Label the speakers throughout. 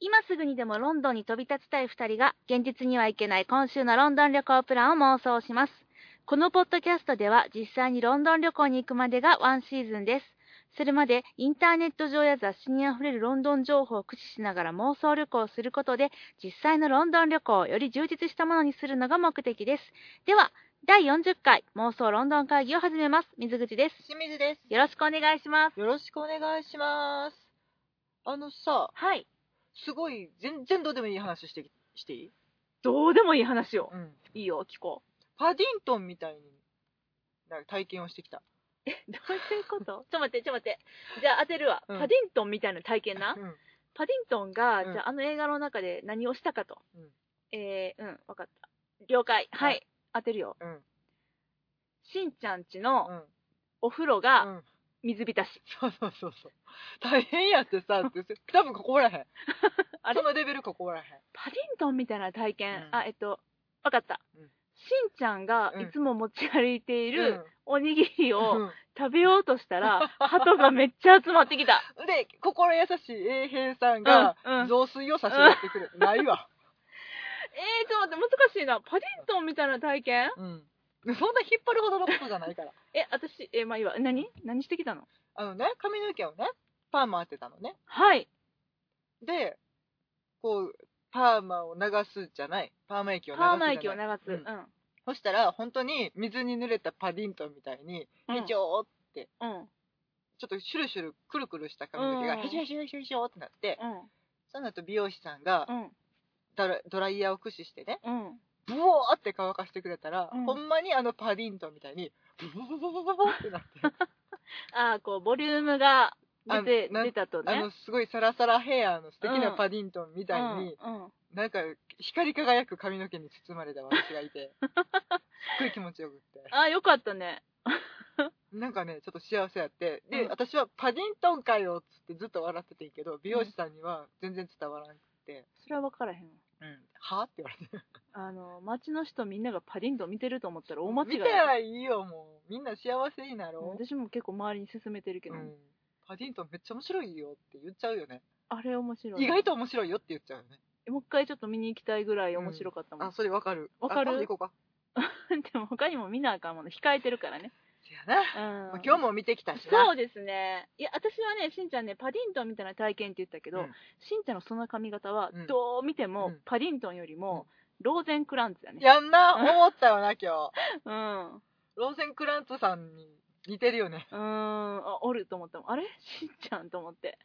Speaker 1: 今すぐにでもロンドンに飛び立ちたい2人が現実には行けない今週のロンドン旅行プランを妄想しますこのポッドキャストでは実際にロンドン旅行に行くまでがワンシーズンですそれまでインターネット上や雑誌にあふれるロンドン情報を駆使しながら妄想旅行をすることで実際のロンドン旅行をより充実したものにするのが目的ですでは第40回妄想ロンドン会議を始めます水口です
Speaker 2: 清水です。
Speaker 1: よろしくお願いします
Speaker 2: よろしくお願いします。あのさ、
Speaker 1: はい
Speaker 2: すごい、全然どうでもいい話してきしていい、
Speaker 1: どうでもいい話を
Speaker 2: うん、
Speaker 1: いいよ聞こ
Speaker 2: パディントンみたいに、なんか体験をしてきた。
Speaker 1: うどういうこと ちょっと待ってちょっと待ってじゃあ当てるわ、
Speaker 2: うん
Speaker 1: パディントンみたいな体験な
Speaker 2: うん、
Speaker 1: パディントンが、
Speaker 2: うん
Speaker 1: じゃああの映画の中で何をしたかと、
Speaker 2: うん
Speaker 1: えー、うん分かった了解はい、
Speaker 2: はい
Speaker 1: 当てるよ
Speaker 2: うん、
Speaker 1: しんちゃんち
Speaker 2: う
Speaker 1: の
Speaker 2: ん、
Speaker 1: お風呂が
Speaker 2: うん。
Speaker 1: 水浸し、
Speaker 2: そうそうそうそう。大変やってさ、って多分ここらへん。
Speaker 1: あれ
Speaker 2: そのレベルここらへん。
Speaker 1: パディントンみたいな体験、
Speaker 2: うん
Speaker 1: あえっと分かった、
Speaker 2: うん
Speaker 1: しんちゃんが
Speaker 2: うん
Speaker 1: いつも持ち歩いている
Speaker 2: う
Speaker 1: おにぎり
Speaker 2: ん
Speaker 1: を
Speaker 2: うん
Speaker 1: 食べようとしたら、鳩がめっちゃ集まってきた
Speaker 2: で、心優しい永平さんが
Speaker 1: うんうん、
Speaker 2: 雑炊を差し上げてくる。ないわ。
Speaker 1: えー、ちょっと待って難しいなパディントンみたいな体験
Speaker 2: うん。そんな引っ張るほどのことじゃないから。
Speaker 1: え私えーまあいいわ何何してきたの
Speaker 2: あのね、髪の毛をね、パーマ当てたのね。
Speaker 1: はい
Speaker 2: で、こう、パーマを流すじゃない。パーマ液を流すじゃない。
Speaker 1: パーマ液を流す、
Speaker 2: う
Speaker 1: うんん
Speaker 2: そしたら、本当に水に濡れたパディントンみたいに、
Speaker 1: うん
Speaker 2: へちょーって、
Speaker 1: うんうん
Speaker 2: ちょっとシュルシュル、くるくるした髪の毛が、
Speaker 1: うん
Speaker 2: へしょへしょへしょへしょってなって、その後美容師さんが
Speaker 1: うん
Speaker 2: ドラドライヤーを駆使してね、
Speaker 1: うん
Speaker 2: ブワーって乾かしてくれたら、
Speaker 1: うん
Speaker 2: ほんまにあのパディントンみたいに、ブブブブブブブってなって、
Speaker 1: ああこうボリュームが出て
Speaker 2: あな
Speaker 1: 出たと
Speaker 2: あ
Speaker 1: ね
Speaker 2: のすごいサラサラヘアの素敵な
Speaker 1: うん
Speaker 2: パディントンみたいに、
Speaker 1: うんうん
Speaker 2: なんか光り輝く髪の毛に包まれた私がいて、すっごい気持ちよくって。
Speaker 1: ああよかったね
Speaker 2: なんかね、ちょっと幸せやって、で、
Speaker 1: うん
Speaker 2: 私はパディントンかよっつってずっと笑っててんけど、美容師さんには全然伝わらんくて、
Speaker 1: それは分からへんわ
Speaker 2: うん、はって言われて。
Speaker 1: あの街の人みんながパディントン見てると思ったら大間違い
Speaker 2: 見たらいいよ、もう。みんな幸せになろう。
Speaker 1: 私も結構周りに勧めてるけど、
Speaker 2: うんパディントンめっちゃ面白いよって言っちゃうよね。
Speaker 1: あれ面白い
Speaker 2: 意外と面白いよって言っちゃうよね。
Speaker 1: もう一回ちょっと見に行きたいぐらい面白かったもん、
Speaker 2: あ、それわかる。
Speaker 1: わかる
Speaker 2: あ今度行こうか。
Speaker 1: でも他にも見なあかんもの控えてるからね、
Speaker 2: せやな。
Speaker 1: うん
Speaker 2: まあ今日も見て きたしな。
Speaker 1: そうですねいや私はねしんちゃんねパディントンみたいな体験って言ったけど、
Speaker 2: うん
Speaker 1: しんちゃんのその髪型は
Speaker 2: うん
Speaker 1: どう見ても、
Speaker 2: うん
Speaker 1: パディントンよりも、ローゼンクランツやね
Speaker 2: やんな、思ったよな、今日。
Speaker 1: うん
Speaker 2: ローゼンクランツさんに似てるよね。
Speaker 1: うーんあおると思ったもんあれしんちゃんと思って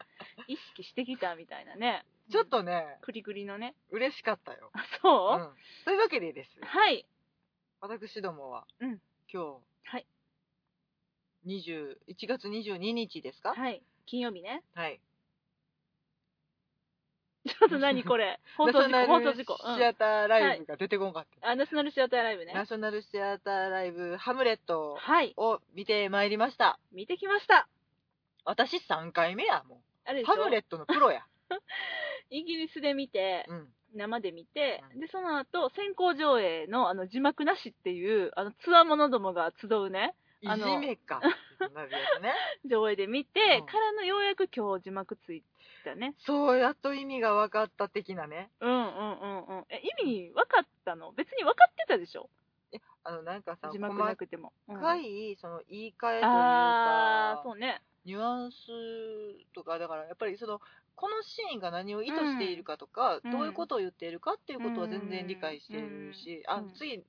Speaker 1: 意識してきたみたいなね
Speaker 2: ちょっとね、
Speaker 1: クリクリのね
Speaker 2: 嬉しかったよ。
Speaker 1: あ
Speaker 2: う
Speaker 1: そう、
Speaker 2: ん、というわけでです、
Speaker 1: はい
Speaker 2: 私どもは、
Speaker 1: うん
Speaker 2: 今
Speaker 1: はい
Speaker 2: 日、20 1月22日ですか
Speaker 1: はい金曜日 ね
Speaker 2: はい。
Speaker 1: ちょっと何これ放送事
Speaker 2: ナ
Speaker 1: 故放
Speaker 2: ショナ
Speaker 1: 送
Speaker 2: ル
Speaker 1: 事
Speaker 2: シ
Speaker 1: 故、うん
Speaker 2: アターライブが出てこんかった、
Speaker 1: あナショナルシアターライブね
Speaker 2: ナショナルシアターライブ、ハムレット
Speaker 1: はい
Speaker 2: を見てまいりました。
Speaker 1: 見てきました
Speaker 2: 私3回目や、も
Speaker 1: あれ
Speaker 2: う。
Speaker 1: でしょ
Speaker 2: ハムレットのプロや。
Speaker 1: イギリスで見て
Speaker 2: うん。
Speaker 1: 生で見て
Speaker 2: うん
Speaker 1: でその後先行上映のあの字幕なしっていうあのツアーものどもが集うね
Speaker 2: い
Speaker 1: あの
Speaker 2: じめか。なるや つね。
Speaker 1: 上映で見て、
Speaker 2: うん
Speaker 1: からのようやく今日字幕ついたね
Speaker 2: そう、やっと意味が分かった的なね。
Speaker 1: うんうんうんうんえ意味分かったの別に分かってたでしょ
Speaker 2: あの、なんかさ、
Speaker 1: 字
Speaker 2: 細
Speaker 1: 幕なくても、うん
Speaker 2: かい、その、言い換えという
Speaker 1: あ
Speaker 2: か
Speaker 1: あ、そうね
Speaker 2: ニュアンスとかだからやっぱりそのこのシーンが何を意図しているかとか、
Speaker 1: うん
Speaker 2: どういうことを言っているかっていうことは全然理解しているし、
Speaker 1: うん
Speaker 2: あ
Speaker 1: うん
Speaker 2: 次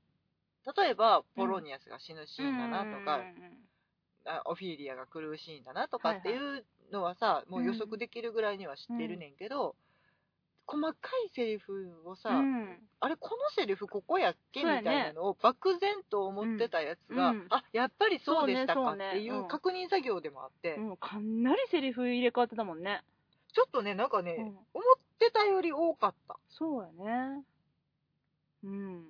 Speaker 2: 例えばポロニアスが死ぬシーンだなとか
Speaker 1: うん、
Speaker 2: あオフィーリアが狂うシーンだなとかっていうのはさ、もう予測できるぐらいには知ってるねんけど、細かいセリフをさ、
Speaker 1: うんうん
Speaker 2: あれこのセリフここやっけみ
Speaker 1: そう
Speaker 2: た
Speaker 1: や
Speaker 2: い
Speaker 1: ね
Speaker 2: なのを漠然と思ってたやつが、
Speaker 1: うんうん
Speaker 2: あやっぱりそうでしたか
Speaker 1: そう
Speaker 2: っ
Speaker 1: ね
Speaker 2: てい
Speaker 1: そうねう
Speaker 2: うん確認作業でもあって、
Speaker 1: うんうんかなりセリフ入れ替わってたもんね、
Speaker 2: ちょっとねなんかね、
Speaker 1: うん、
Speaker 2: 思ってたより多かった。
Speaker 1: そうやねうん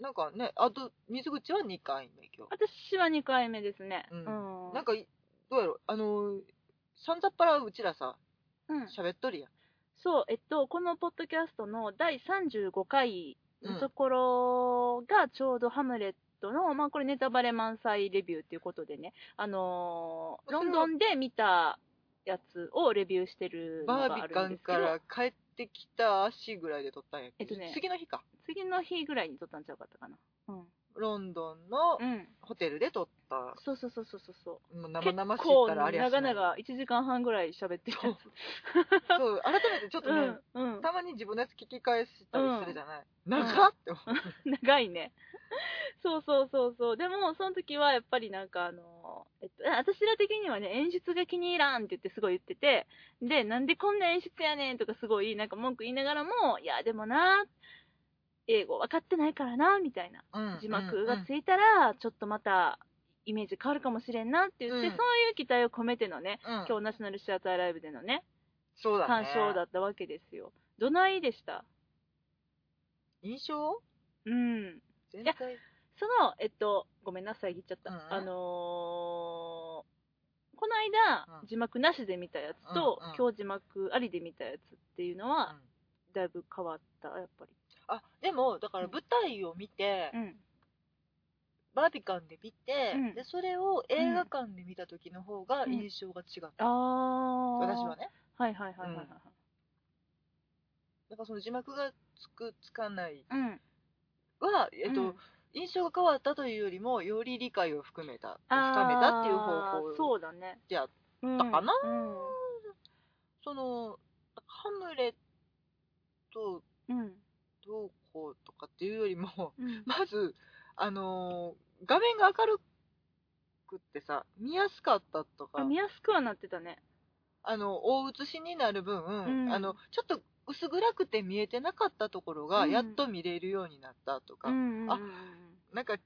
Speaker 2: なんかね、あと、水口は2回目、今
Speaker 1: 私は2回目ですね
Speaker 2: う
Speaker 1: うんん、
Speaker 2: 日。なんかい、どうやろ、あのー、さんざっぱらうちらさ、
Speaker 1: うん
Speaker 2: 喋っとるやん。
Speaker 1: そうえっとこのポッドキャストの第35回
Speaker 2: うん
Speaker 1: のところがちょうど「ハムレットの」まあこれネタバレ満載レビューということでねあのーロンドンで見たやつをレビューしてるの
Speaker 2: バ
Speaker 1: があ
Speaker 2: ービ
Speaker 1: る
Speaker 2: カ
Speaker 1: んで
Speaker 2: ン
Speaker 1: すけど
Speaker 2: から帰ってきた足ぐらいで撮ったんやけど、
Speaker 1: えっとね
Speaker 2: 次の日か
Speaker 1: 次の日ぐらいに撮ったんちゃうかったかなうん、
Speaker 2: ロンドンの
Speaker 1: うん、
Speaker 2: ホテルで撮った、
Speaker 1: そうそうそうそうそうそう
Speaker 2: もう生々しい
Speaker 1: 結構
Speaker 2: からあれやし
Speaker 1: 長々1時間半ぐらい喋ってるや
Speaker 2: なそう改めてちょっ
Speaker 1: つ
Speaker 2: とね、
Speaker 1: うんうん
Speaker 2: たまに自分のやつ聞き返したりするじゃない、
Speaker 1: ん
Speaker 2: 長っって思う
Speaker 1: 長いねそうそうそうそうでもその時はやっぱりなんかあの、えっと、私ら的にはね演出が気に入らんって言ってすごい言っててでなんでこんな演出やねんとかすごいなんか文句言いながらもいやでもな英語分かってないからなみたいな
Speaker 2: うん
Speaker 1: 字幕
Speaker 2: うん
Speaker 1: がついたらちょっとまたイメージ変わるかもしれんなって言って、
Speaker 2: う
Speaker 1: そ
Speaker 2: ん
Speaker 1: ういう期待を込めてのね
Speaker 2: う
Speaker 1: 今
Speaker 2: ん
Speaker 1: 日ナショナルシアターライブでのね
Speaker 2: そうだ
Speaker 1: 鑑
Speaker 2: ね
Speaker 1: 賞だったわけですよどないでした
Speaker 2: 印象
Speaker 1: うん
Speaker 2: 全
Speaker 1: や
Speaker 2: 体
Speaker 1: その、えっと、ごめんなさい、言っちゃった。
Speaker 2: うんうん
Speaker 1: あのーこの間、
Speaker 2: うん
Speaker 1: 字幕なしで見たやつと、
Speaker 2: うんうん
Speaker 1: 今日字幕ありで見たやつっていうのは、だいぶ変わった、やっぱり。
Speaker 2: あでもだから舞台を見て、
Speaker 1: うん。
Speaker 2: バービカンで見て、
Speaker 1: うん
Speaker 2: でそれを映画館で見た時の方が印象が違った、
Speaker 1: あー。
Speaker 2: 私はね
Speaker 1: はいはいはいはいはい。
Speaker 2: だからその字幕がつくつかない
Speaker 1: うん。
Speaker 2: は、えっと
Speaker 1: うん
Speaker 2: 印象が変わったというよりもより理解を含めた深めたっていう方
Speaker 1: あー
Speaker 2: 法
Speaker 1: そうだね。
Speaker 2: であっ
Speaker 1: うん
Speaker 2: だかな
Speaker 1: うん。
Speaker 2: そのハムレット
Speaker 1: うん。
Speaker 2: どうこうとかっていうよりも
Speaker 1: うん
Speaker 2: まずあのー画面が明るくってさ見やすかったとか
Speaker 1: あ見やすくはなってたね。
Speaker 2: あの大写しになる分、
Speaker 1: ん
Speaker 2: あのちょっと薄暗くて見えてなかったところが
Speaker 1: うん
Speaker 2: やっと見れるようになったとか、
Speaker 1: うんうんうんうん。
Speaker 2: あなんか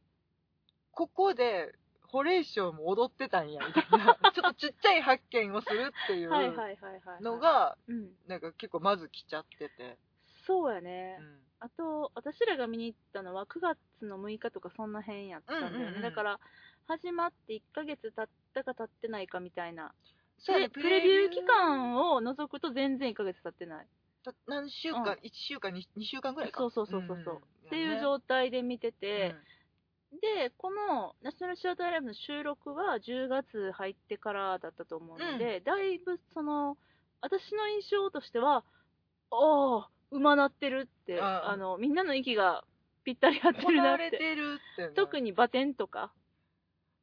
Speaker 2: ここでホレイショーも踊ってたんやみたいな ちょっとちっちゃい発見をするっていう
Speaker 1: はいはいはいはいはい。
Speaker 2: の、が
Speaker 1: うん。
Speaker 2: なんか結構まず来ちゃってて、
Speaker 1: そうや
Speaker 2: う
Speaker 1: ね。
Speaker 2: ん
Speaker 1: あと、私らが見に行ったのは9月の6日とかそんな辺やったんだよね。
Speaker 2: うんうんうん
Speaker 1: だから、始まって1ヶ月経ったか経ってないかみたいな。
Speaker 2: そうやね
Speaker 1: でプレビュー期間を除くと全然1ヶ月経ってない。
Speaker 2: た何週間、
Speaker 1: うん
Speaker 2: 1週間 2, 週間ぐらいか
Speaker 1: そうそうそうそうそ
Speaker 2: んん
Speaker 1: っていう状態で見て
Speaker 2: ね
Speaker 1: て、で、このナショナルシアターライブの収録は10月入ってからだったと思うので、だいぶその、私の印象としては、ああ、馬なってるって、
Speaker 2: あー
Speaker 1: あの、みんなの息がぴったり合って
Speaker 2: 行
Speaker 1: るな
Speaker 2: わ
Speaker 1: っ
Speaker 2: れ
Speaker 1: て。
Speaker 2: てるってね
Speaker 1: 特にバテンとか、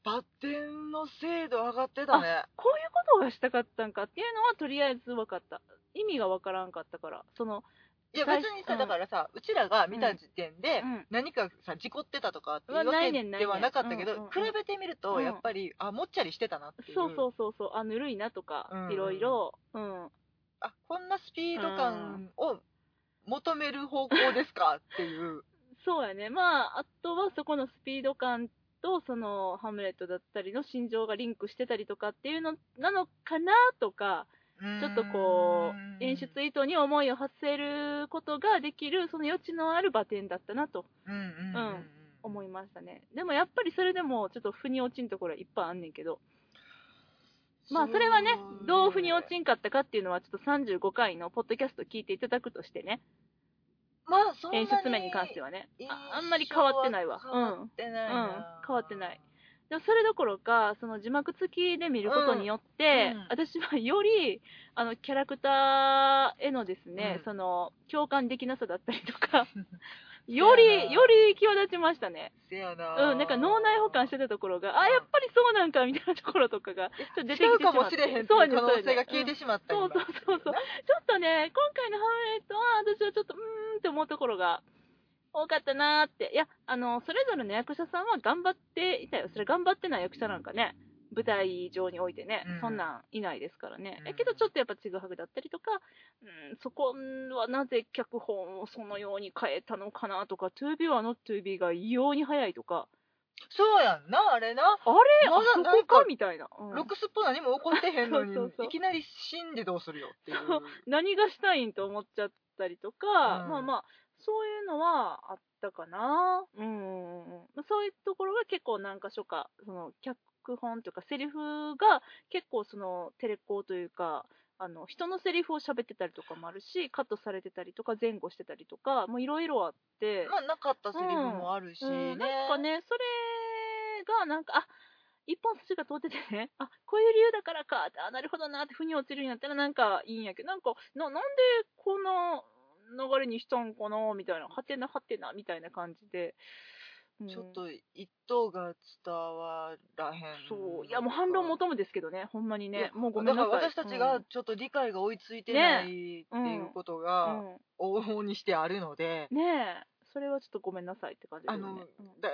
Speaker 2: バッテンの精度上がってたね
Speaker 1: こういうことがしたかったんかっていうのはとりあえず分かった意味が分からんかったからその
Speaker 2: いや
Speaker 1: 最
Speaker 2: 別
Speaker 1: 初
Speaker 2: にさ、
Speaker 1: うん
Speaker 2: だからさうちらが見た時点で、
Speaker 1: うん
Speaker 2: 何かさ事故ってたとかってい
Speaker 1: うわ
Speaker 2: うわ
Speaker 1: な
Speaker 2: け
Speaker 1: いねんないねん
Speaker 2: ではなかったけど、
Speaker 1: うんうんうん
Speaker 2: 比べてみると、
Speaker 1: うん
Speaker 2: やっぱりあもっちゃりしてたなっていう
Speaker 1: そうそうそうそうあぬるいなとか
Speaker 2: うん
Speaker 1: いろいろうん
Speaker 2: あこんなスピード感を求める方向ですかっていう、
Speaker 1: そうやねまああとはそこのスピード感とそのハムレットだったりの心情がリンクしてたりとかっていうのなのかなとか ちょっとこう演出意図に思いを馳せることができるその余地のあるバテンだったなと
Speaker 2: うんうん
Speaker 1: うん思いましたねでもやっぱりそれでもちょっと腑に落ちんところはいっぱいあんねんけどまあそれはね、どう腑に落ちんかったかっていうのは、ちょっと35回のポッドキャスト聞いていただくとしてね、
Speaker 2: まあそんな
Speaker 1: 演出面に関して
Speaker 2: は
Speaker 1: はね、ああんまり変わってないわ。
Speaker 2: 変
Speaker 1: う
Speaker 2: わ
Speaker 1: ん。
Speaker 2: ってないな、
Speaker 1: うん変わってないでもそれどころか、その字幕付きで見ることによって、
Speaker 2: うんうん
Speaker 1: 私はより、あの、キャラクターへのですね、
Speaker 2: うん
Speaker 1: その、共感できなさだったりと か、
Speaker 2: な
Speaker 1: より、より際立ちましたね。
Speaker 2: せやな
Speaker 1: うん、なんか脳内保管してたところが、あ、やっぱりそうなんかみたいなところとかが、ちょっと出てきてしまっ
Speaker 2: 違う
Speaker 1: て
Speaker 2: かもしれへんっていう可能性が消えてしまった、
Speaker 1: そうそうそうそう。ちょっとね、今回のハムレットは、私はちょっと、うーんって思うところが多かったなーって。いや、あの、それぞれの役者さんは頑張っていたよ。それ頑張ってない役者なんかね、舞台上においてね、
Speaker 2: うん
Speaker 1: そんなんいないですからね。
Speaker 2: うん
Speaker 1: だけど、ちょっとやっぱちぐはぐだったりとか、うん、そこはなぜ脚本をそのように変えたのかなとか、To be or not to be が異様に早いとか、
Speaker 2: そうやんなあれな
Speaker 1: あれ、
Speaker 2: まだ
Speaker 1: あ
Speaker 2: な
Speaker 1: そ
Speaker 2: ん
Speaker 1: こ
Speaker 2: か
Speaker 1: かみたいな。うん
Speaker 2: ろくすっぽ何も起こってへんのに
Speaker 1: そうそうそう
Speaker 2: いきなり死んでどうするよっていう
Speaker 1: そう何がしたいんと思っちゃったりとか、
Speaker 2: うん
Speaker 1: まあまあそういうのはあったかな、うんうんうんまあ、そういうところが結構何か所かその脚本というかセリフが結構そのテレコというかあの人のセリフを喋ってたりとかもあるしカットされてたりとか前後してたりとかもういろいろあって、
Speaker 2: まあなかったセリフもあるしね、
Speaker 1: うんなんかねそれがなんかあ一本筋が通っててね、あ、こういう理由だからかって、あ、なるほどなって、腑に落ちるんやったらなんかいいんやけど、なんか、な、なんでこんな流れにしたんかなみたいな、はてなはてなみたいな感じで。うん
Speaker 2: ちょっと一等が伝わらへん
Speaker 1: そう、いやもう反論求むですけどね、ほんまに
Speaker 2: い
Speaker 1: ね
Speaker 2: や、
Speaker 1: もうごめ
Speaker 2: だ
Speaker 1: ん
Speaker 2: か
Speaker 1: な
Speaker 2: ら
Speaker 1: さい。
Speaker 2: 私たちがちょっと理解が追いついてないっていうこと
Speaker 1: う
Speaker 2: が
Speaker 1: ん、うん
Speaker 2: 往々にしてあるので、
Speaker 1: ねえ、それはちょっとごめんなさいって感じです
Speaker 2: あ
Speaker 1: よ
Speaker 2: の
Speaker 1: ね。うん
Speaker 2: だ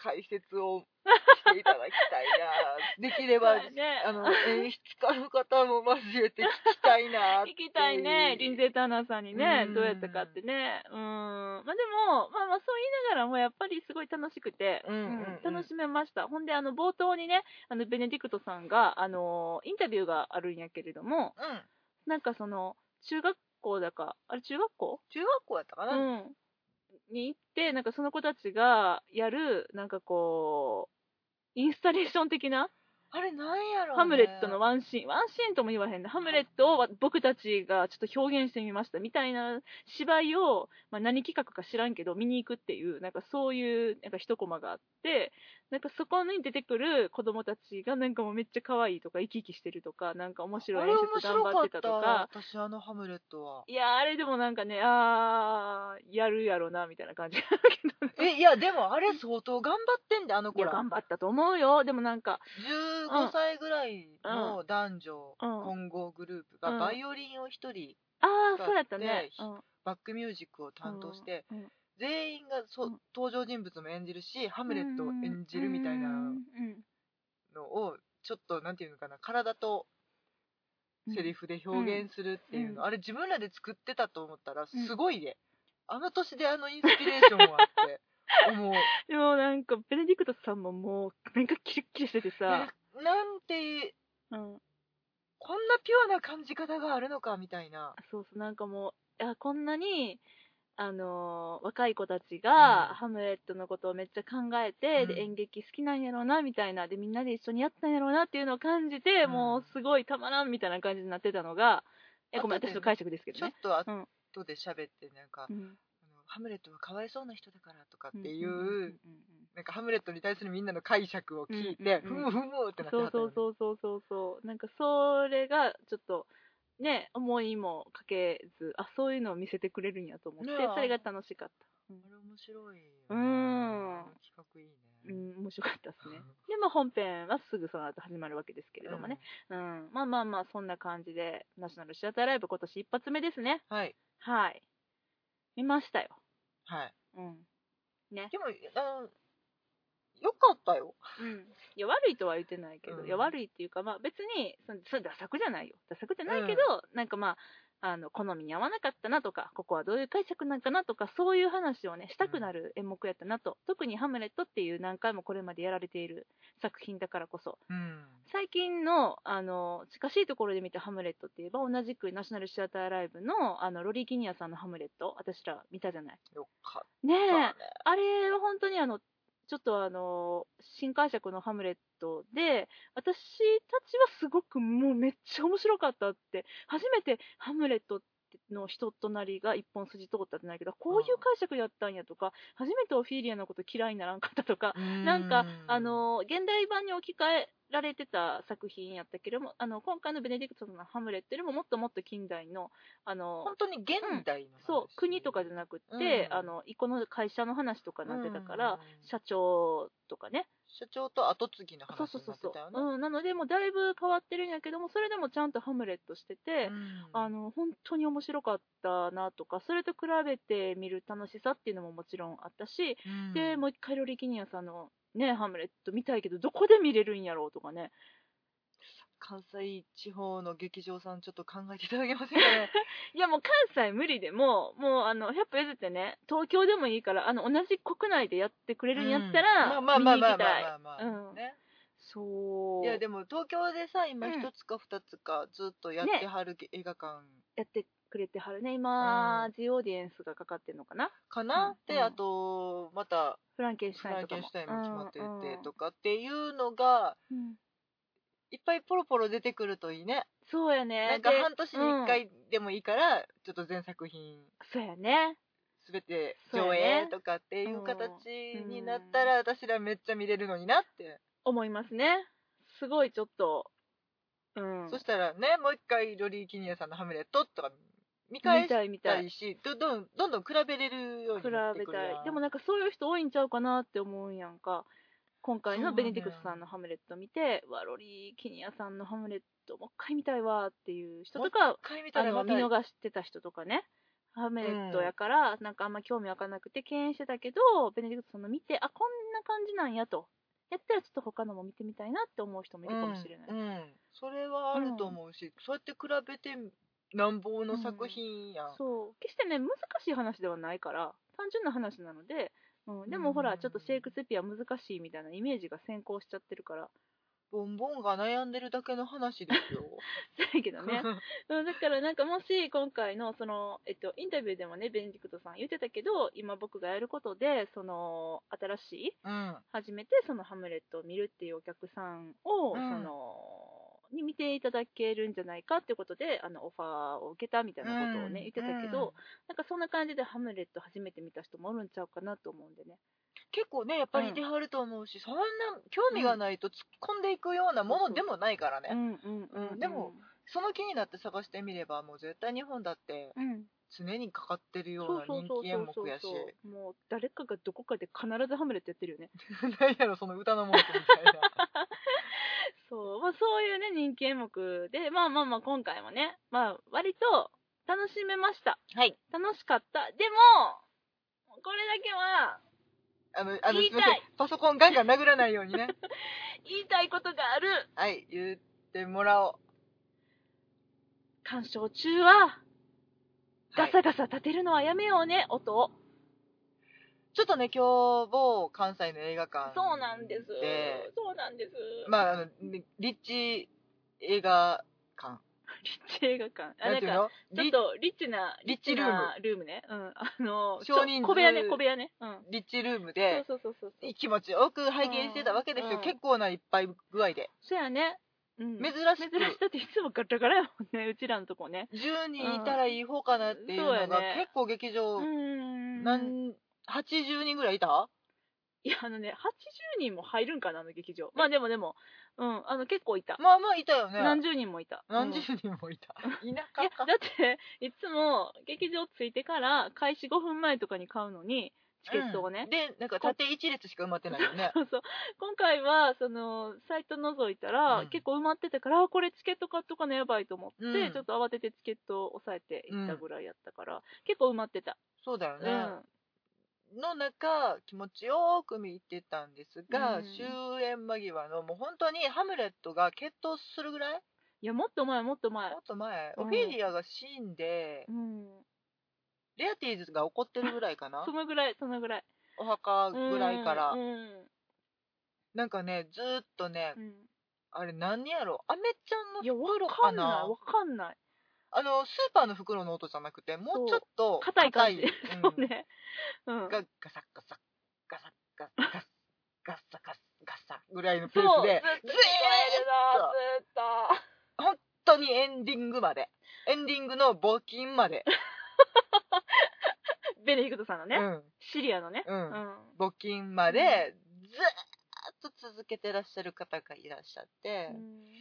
Speaker 2: 解説をしていただきたいなできれば、
Speaker 1: そうやね
Speaker 2: あの演出家の方も交えて聞きたいなって
Speaker 1: 聞きたいね、リンゼーターナーさんにね、
Speaker 2: うん
Speaker 1: どうやったかってね。うん。まあでも、まあまあそう言いながらも、やっぱりすごい楽しくて、
Speaker 2: うんうんうん
Speaker 1: 楽しめました。ほんで、あの、冒頭にね、あの、ベネディクトさんが、あの、インタビューがあるんやけれども、
Speaker 2: うん
Speaker 1: なんかその、中学校だか、あれ中学校
Speaker 2: 中学校やったかな、
Speaker 1: うん。に行って、なんかその子たちがやる、なんかこう、インスタレーション的な
Speaker 2: あれなんやろう、ね、
Speaker 1: ハムレットのワンシーン、ワンシーンとも言わへんね、ハムレットを僕たちがちょっと表現してみましたみたいな芝居を、まあ、何企画か知らんけど、見に行くっていう、なんかそういうなんか一コマがあって、なんかそこに出てくる子供たちが、なんかもうめっちゃ可愛いとか、生き生きしてるとか、なんか面白
Speaker 2: あ
Speaker 1: い
Speaker 2: れ
Speaker 1: 演
Speaker 2: 面
Speaker 1: 出頑
Speaker 2: 白
Speaker 1: 張
Speaker 2: か
Speaker 1: って
Speaker 2: ったた
Speaker 1: とか、
Speaker 2: 私あのハムレットはい
Speaker 1: や、あれでもなんかね、あー、やるやろな、みたいな感じだけど、
Speaker 2: えいやでもあれ相当頑張ってんであの
Speaker 1: い
Speaker 2: 子
Speaker 1: や、
Speaker 2: ら
Speaker 1: 頑張ったと思うよ、でもなんか、
Speaker 2: 15歳ぐらいの男女
Speaker 1: うん
Speaker 2: 混合グループ
Speaker 1: う
Speaker 2: が
Speaker 1: ん
Speaker 2: バイオリンを一人
Speaker 1: あー、
Speaker 2: そう
Speaker 1: そうやったね
Speaker 2: で。バックミュージックを担当して、
Speaker 1: うん、うん
Speaker 2: 全員がそ
Speaker 1: うん
Speaker 2: 登場人物も演じるしハムレットを演じるみたい
Speaker 1: うん
Speaker 2: な
Speaker 1: うん
Speaker 2: のをちょっとなんていうのかな体と
Speaker 1: うん
Speaker 2: セリフで表現するっていうの、
Speaker 1: うん
Speaker 2: あれ自分らで作ってたと思ったら
Speaker 1: うん
Speaker 2: すごいね、あの年であのインスピレーションは って思う
Speaker 1: でもなんかベネディクトさんももうなんかキリッキリしてて
Speaker 2: な
Speaker 1: さ、
Speaker 2: なんて
Speaker 1: うん、
Speaker 2: こんなピュアな感じ方があるのかみたいな
Speaker 1: そうそうなんかもうあこんなにあのー若い子たちが、
Speaker 2: うん
Speaker 1: ハムレットのことをめっちゃ考えて、
Speaker 2: う
Speaker 1: で
Speaker 2: ん
Speaker 1: 演劇好きなんやろうなみたいなでみんなで一緒にやったんやろうなっていうのを感じて、
Speaker 2: うん
Speaker 1: もうすごいたまらんみたいな感じになってたのがえごめん
Speaker 2: 後で
Speaker 1: 私の解釈ですけ
Speaker 2: ち
Speaker 1: ど
Speaker 2: ょっ
Speaker 1: ね、
Speaker 2: と後で喋ってなんか、
Speaker 1: うん、
Speaker 2: あのハムレットはかわいそうな人だからとかってい
Speaker 1: んんんん
Speaker 2: うなんかハムレットに対するみんなの解釈を聞いて、
Speaker 1: うんうん
Speaker 2: ふむふむってなって
Speaker 1: そうそう
Speaker 2: う
Speaker 1: そうそうそうそうなんかそれがちょっとね思いもかけずあそういうのを見せてくれるんやと思って、
Speaker 2: ねえ
Speaker 1: それが楽しかっ
Speaker 2: あれ面白いよね、
Speaker 1: うん
Speaker 2: あの企画いいね
Speaker 1: たうん面白かったですねでまあ本編はすぐその後始まるわけですけれどもね、うんまあまあまあそんな感じでナショナルシアターライブ今年一発目ですね
Speaker 2: うんはい
Speaker 1: はい見ましたよ
Speaker 2: はい
Speaker 1: うん、うん、
Speaker 2: でもあのよかったよ
Speaker 1: いや悪いとは言ってないけど、
Speaker 2: うん
Speaker 1: いや悪いっていうか、まあ、別にそのそれダ作じゃないよダ作じゃないけど、なんかまああの好みに合わなかったなとかここはどういう解釈なんかなとかそういう話をねしたくなる演目やったなと、特に「ハムレット」っていう何回もこれまでやられている作品だからこそ
Speaker 2: うん
Speaker 1: 最近のあの近しいところで見た「ハムレット」っていえば同じくナショナルシアターライブのあのロリー・ギニアさんの「ハムレット」私ら見たじゃない。
Speaker 2: よかっ
Speaker 1: ね
Speaker 2: た
Speaker 1: え、
Speaker 2: ね
Speaker 1: あれは本当にあの、ちょっとあの、新解釈のハムレットで、私たちはすごくもうめっちゃ面白かったって、初めてハムレットの人となりが一本筋通ったってないけど、こういう解釈やったんやとか、初めてオフィリアのこと嫌いにならんかったとか、なんか、あの、現代版に置き換えられてた作品やったけれども、あの、今回のベネディクトのハムレットよりももっともっと近代の、あの、
Speaker 2: 本当に現代の話、
Speaker 1: そう国とかじゃなくって、
Speaker 2: うん
Speaker 1: あの一個の会社の話とかになってたから、
Speaker 2: うん
Speaker 1: 社長とかね
Speaker 2: 社長と後継ぎの
Speaker 1: そう
Speaker 2: 話
Speaker 1: そう
Speaker 2: に
Speaker 1: そ
Speaker 2: な
Speaker 1: う
Speaker 2: って
Speaker 1: そう
Speaker 2: たよね、
Speaker 1: うん、なのでもうだいぶ変わってるんやけどもそれでもちゃんとハムレットしてて、
Speaker 2: うん
Speaker 1: あの本当に面白かったなとかそれと比べて見る楽しさっていうのももちろんあったし、
Speaker 2: うん
Speaker 1: でもう一回ロリキニアさんの、ね、ハムレット見たいけどどこで見れるんやろうとかね
Speaker 2: 関西地方の劇場さんちょっと考えていただけませんかね
Speaker 1: いやもう関西無理でもうもうあの百歩譲ってね東京でもいいからあの同じ国内でやってくれるんやったら
Speaker 2: うんまあ
Speaker 1: 見
Speaker 2: まあ
Speaker 1: に行
Speaker 2: まあ
Speaker 1: きたい
Speaker 2: まあまあまあ、
Speaker 1: うん
Speaker 2: ね
Speaker 1: そう
Speaker 2: いやでも東京でさ今
Speaker 1: うん
Speaker 2: 一つか二つかずっとやってはるげ映画館
Speaker 1: やってくれてはるね今、
Speaker 2: うん
Speaker 1: ジオーディエンスがかかってるのかな
Speaker 2: かな、
Speaker 1: うん
Speaker 2: で
Speaker 1: うん
Speaker 2: あとまた
Speaker 1: フランケンシュ
Speaker 2: フ
Speaker 1: タイ
Speaker 2: ラ
Speaker 1: ン
Speaker 2: ン
Speaker 1: とかも
Speaker 2: ケンシュタインも決まって
Speaker 1: うん
Speaker 2: てとかっていうのが
Speaker 1: うんうん
Speaker 2: いっぱいポロポロ出てくるといいね
Speaker 1: そうやね
Speaker 2: なんか
Speaker 1: で
Speaker 2: 半年に1
Speaker 1: うん
Speaker 2: 回でもいいからちょっと全作品
Speaker 1: そうやね
Speaker 2: すべて
Speaker 1: そう
Speaker 2: 上
Speaker 1: や
Speaker 2: 映
Speaker 1: ね
Speaker 2: とかってい
Speaker 1: う
Speaker 2: う
Speaker 1: ん
Speaker 2: 形になったら私らめっちゃ見れるのになって
Speaker 1: 思いますねすごいちょっと、うん。
Speaker 2: そしたらねもう一回ロリー・キニアさんの「ハムレット」とか見返
Speaker 1: 見
Speaker 2: した
Speaker 1: い見た
Speaker 2: た
Speaker 1: い。
Speaker 2: いしどどんどんどん比べれるよう
Speaker 1: 比
Speaker 2: になって
Speaker 1: べ
Speaker 2: くる
Speaker 1: た
Speaker 2: や
Speaker 1: い。
Speaker 2: ん
Speaker 1: でもなんかそういう人多いんちゃうかなって思うんやんか。今回の
Speaker 2: そうなん
Speaker 1: ベ
Speaker 2: だよ
Speaker 1: ネディクトさんのハムレット見て、わ、ロリー・キニアさんのハムレットもう一回見たいわっていう人とか
Speaker 2: 一、回見た
Speaker 1: あ
Speaker 2: ら
Speaker 1: の
Speaker 2: ま
Speaker 1: 見
Speaker 2: た
Speaker 1: 逃してた人とかね、ハムレットやから、なんかあんま興味わかなくて敬遠してたけど、ベネディクトさんの見て、あ、こんな感じなんやと、やったらちょっと他のも見てみたいなって思う人もいるかもしれない。
Speaker 2: うんうんそれはあると思うし、そうやって比べてなんぼの作品やん、
Speaker 1: そう決してね難しい話ではないから単純な話なので、うん、でもほ
Speaker 2: う
Speaker 1: ら
Speaker 2: ん
Speaker 1: ちょっとシェイクスピア難しいみたいなイメージが先行しちゃってるから
Speaker 2: ボンボンが悩んでるだけの話ですよ
Speaker 1: だけど ね、うん、だからなんかもし今回のその、えっと、インタビューでもねベネディクトさん言ってたけど今僕がやることでその新しい
Speaker 2: うん
Speaker 1: 初めてそのハムレットを見るっていうお客さんを、
Speaker 2: うん
Speaker 1: そのに見ていただけるんじゃないかってことであのオファーを受けたみたいなことをね、言ってたけど、
Speaker 2: うん
Speaker 1: なんかそんな感じでハムレット初めて見た人もおるんちゃうかなと思うんでね。
Speaker 2: 結構ねやっぱり出はると思うし、そんな興味がないと突っ込んでいくようなものでもないからね、
Speaker 1: んうん
Speaker 2: うんでも、その気になって探してみればもう絶対日本だって
Speaker 1: うん、
Speaker 2: 常にかかってるよ
Speaker 1: そう
Speaker 2: う
Speaker 1: そ
Speaker 2: な
Speaker 1: うそ
Speaker 2: 人
Speaker 1: う
Speaker 2: 気
Speaker 1: そ
Speaker 2: 演
Speaker 1: うそ
Speaker 2: 目やし
Speaker 1: う。もう誰かがどこかで必ずハムレットやってるよね。
Speaker 2: 何やろその歌 の文句みたいな
Speaker 1: そう、まあそういうね人気演目で、まあまあまあ今回もね、まあ割と楽しめました。
Speaker 2: はい
Speaker 1: 楽しかった。でもこれだけは
Speaker 2: あのあの
Speaker 1: 言い
Speaker 2: す
Speaker 1: た
Speaker 2: い
Speaker 1: い
Speaker 2: ませんパソコンガンガン殴らないようにね
Speaker 1: 言いたいことがある。
Speaker 2: はい言ってもらおう
Speaker 1: 鑑賞中はガ
Speaker 2: はい
Speaker 1: サガサ立てるのはやめようね、音を。
Speaker 2: ちょっとね今日某関西の映画館
Speaker 1: そうなんです
Speaker 2: で。
Speaker 1: そうなんです。
Speaker 2: まああのね立地映画館
Speaker 1: リッチ映画館。あ、な
Speaker 2: な
Speaker 1: んん
Speaker 2: ていう
Speaker 1: か、ちょ
Speaker 2: の
Speaker 1: っ
Speaker 2: 立
Speaker 1: とリッチな、
Speaker 2: リッチルーム
Speaker 1: なルームね。うん。あの、
Speaker 2: 少人数
Speaker 1: 小部屋ね、小部屋ね。うん。
Speaker 2: 立地ルームで
Speaker 1: そうそうそうそう。
Speaker 2: 気持ちよく拝見してたわけです
Speaker 1: う
Speaker 2: よ、
Speaker 1: ん
Speaker 2: 結構ないっぱい具合で、
Speaker 1: そうやね。うん。
Speaker 2: 珍
Speaker 1: 珍し
Speaker 2: しく
Speaker 1: い。だっていつもガラガラやもんね、うちらのとこね。
Speaker 2: 10人いたらいい方かなっていうの
Speaker 1: うんそ
Speaker 2: が
Speaker 1: うやね
Speaker 2: 結構劇
Speaker 1: う
Speaker 2: 場、
Speaker 1: ん。
Speaker 2: なん80人ぐらいいた
Speaker 1: いや、あのね、80人も入るんかな、あの劇場。まあでもでも、うん、あの、結構いた。
Speaker 2: まあまあいたよね
Speaker 1: 何十人もいた。
Speaker 2: 何
Speaker 1: うん
Speaker 2: 十人もいた、田
Speaker 1: いや
Speaker 2: 舎か
Speaker 1: だって、いつも劇場着いてから開始5分前とかに買うのに、チケットをね
Speaker 2: うん、でなんか縦一列しか埋まってないよ ね
Speaker 1: そうそう今回はそのサイト覗いたら、
Speaker 2: うん
Speaker 1: 結構埋まってたからあこれチケット買っとかなやばいと思って、
Speaker 2: うん
Speaker 1: ちょっと慌ててチケットを押さえていったぐらいやったから、結構埋まってた、
Speaker 2: そうだよ
Speaker 1: うん
Speaker 2: ね、の中気持ちよく見てたんですが、
Speaker 1: うん
Speaker 2: 終演間際のもう本当にハムレットが決闘するぐらい
Speaker 1: いやもっと前もっと前
Speaker 2: もっと前、
Speaker 1: うん
Speaker 2: オフィリアが死んで
Speaker 1: うん
Speaker 2: レアティーズが怒ってるぐらいかな
Speaker 1: そのぐらいそのぐらい
Speaker 2: お墓ぐらいから、
Speaker 1: うん
Speaker 2: なんかねずーっとね
Speaker 1: うん
Speaker 2: あれ何やろアメちゃん
Speaker 1: いや
Speaker 2: の
Speaker 1: わ
Speaker 2: 袋
Speaker 1: か
Speaker 2: か
Speaker 1: んない
Speaker 2: な
Speaker 1: わかんない
Speaker 2: あのスーパーの袋の音じゃなくてもうちょっと
Speaker 1: 硬い感じ、
Speaker 2: うん
Speaker 1: そうねうん
Speaker 2: ガガサッガサッガサッガサッガサッガサッガサッガサッぐらいの
Speaker 1: そ
Speaker 2: ペ
Speaker 1: うずっ
Speaker 2: ー
Speaker 1: と
Speaker 2: ス
Speaker 1: 聞こえる
Speaker 2: で
Speaker 1: な
Speaker 2: ずーっ
Speaker 1: ずっと
Speaker 2: 本当にエンディングまでエンディングの募金まで、
Speaker 1: ベネディクトさんのね、
Speaker 2: うん
Speaker 1: シリアのね、
Speaker 2: う
Speaker 1: うんん、
Speaker 2: 募金までずーっと続けてらっしゃる方がいらっしゃって、
Speaker 1: うん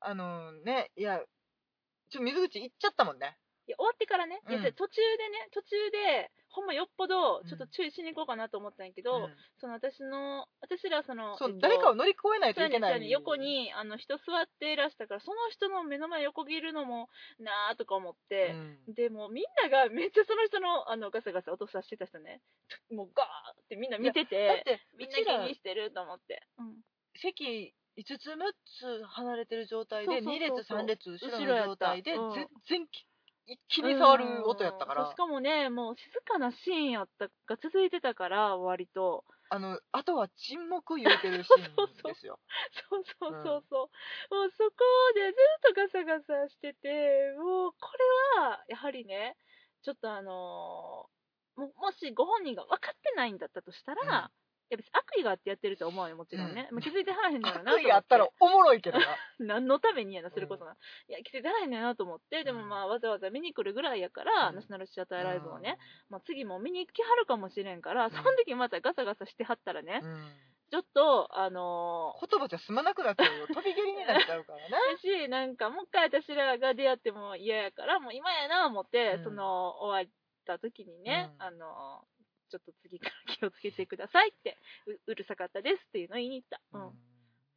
Speaker 2: あのねいやちょ水口行っちゃったもんね
Speaker 1: いや終わってからね、いや
Speaker 2: うん
Speaker 1: で途中でね途中でほんまよっぽどちょっと
Speaker 2: うん
Speaker 1: 注意しに行こうかなと思ったんやけど、
Speaker 2: ん
Speaker 1: その私の私らその
Speaker 2: そう、
Speaker 1: えっと
Speaker 2: 誰かを乗り越えな
Speaker 1: そう
Speaker 2: いと
Speaker 1: や
Speaker 2: い
Speaker 1: ね
Speaker 2: け
Speaker 1: んそう
Speaker 2: な
Speaker 1: や
Speaker 2: い、
Speaker 1: ねん横にあの人座っていらしたからその人の目の前横切るのもなーとか思っ
Speaker 2: う
Speaker 1: て、
Speaker 2: ん
Speaker 1: でもみんながめっちゃその人のあのガサガサ音さしてた人ねもうガーってみんな見て
Speaker 2: だってて
Speaker 1: み
Speaker 2: うんち
Speaker 1: な
Speaker 2: ら
Speaker 1: 気にしてると思って、うん
Speaker 2: 席5つ6つ離れてる状態
Speaker 1: そう
Speaker 2: で
Speaker 1: そうそうそう
Speaker 2: 2列3列後ろ
Speaker 1: 後ろやっ
Speaker 2: の
Speaker 1: た
Speaker 2: 状態で
Speaker 1: うん
Speaker 2: 全然き一気に触る音やったか
Speaker 1: うん
Speaker 2: ら
Speaker 1: しかもねもう静かなシーンやったが続いてたから割と
Speaker 2: あのあとは沈黙言うてるシー
Speaker 1: そう
Speaker 2: ン
Speaker 1: そう
Speaker 2: ですよ
Speaker 1: そうそう
Speaker 2: うん
Speaker 1: そうそう、もうそこでずっとガサガサしててもうこれはやはりねちょっとあのーももしご本人が分かってないんだったとしたら、
Speaker 2: うん
Speaker 1: いや別に悪意があってやってると思うよもちろんね、
Speaker 2: うん
Speaker 1: まあ気づいてはらへんのやろなと思っ
Speaker 2: 悪
Speaker 1: て
Speaker 2: 意があったらおもろいけどな
Speaker 1: 何のためにやなそれこそな、いや気づいてはらへんのやなと思ってでも
Speaker 2: うん
Speaker 1: まあわざわざ見に来るぐらいやから、
Speaker 2: うん
Speaker 1: ナショナルシア ターライブをね、まあ、次も見に来はるかもしれんから、
Speaker 2: ん
Speaker 1: その時またガサガサしてはったらね、
Speaker 2: うん
Speaker 1: ちょっと、あのー
Speaker 2: 言葉じゃ済まなくなっちゃうよ飛び蹴りになっちゃうからね
Speaker 1: 私なんかもう一回私らが出会っても嫌やからもう今やな思って、
Speaker 2: うん
Speaker 1: その終わった時にね、
Speaker 2: うん
Speaker 1: あのちょっと次から気をつけてくださいってううるさかったですっていうのを言いに行った、うん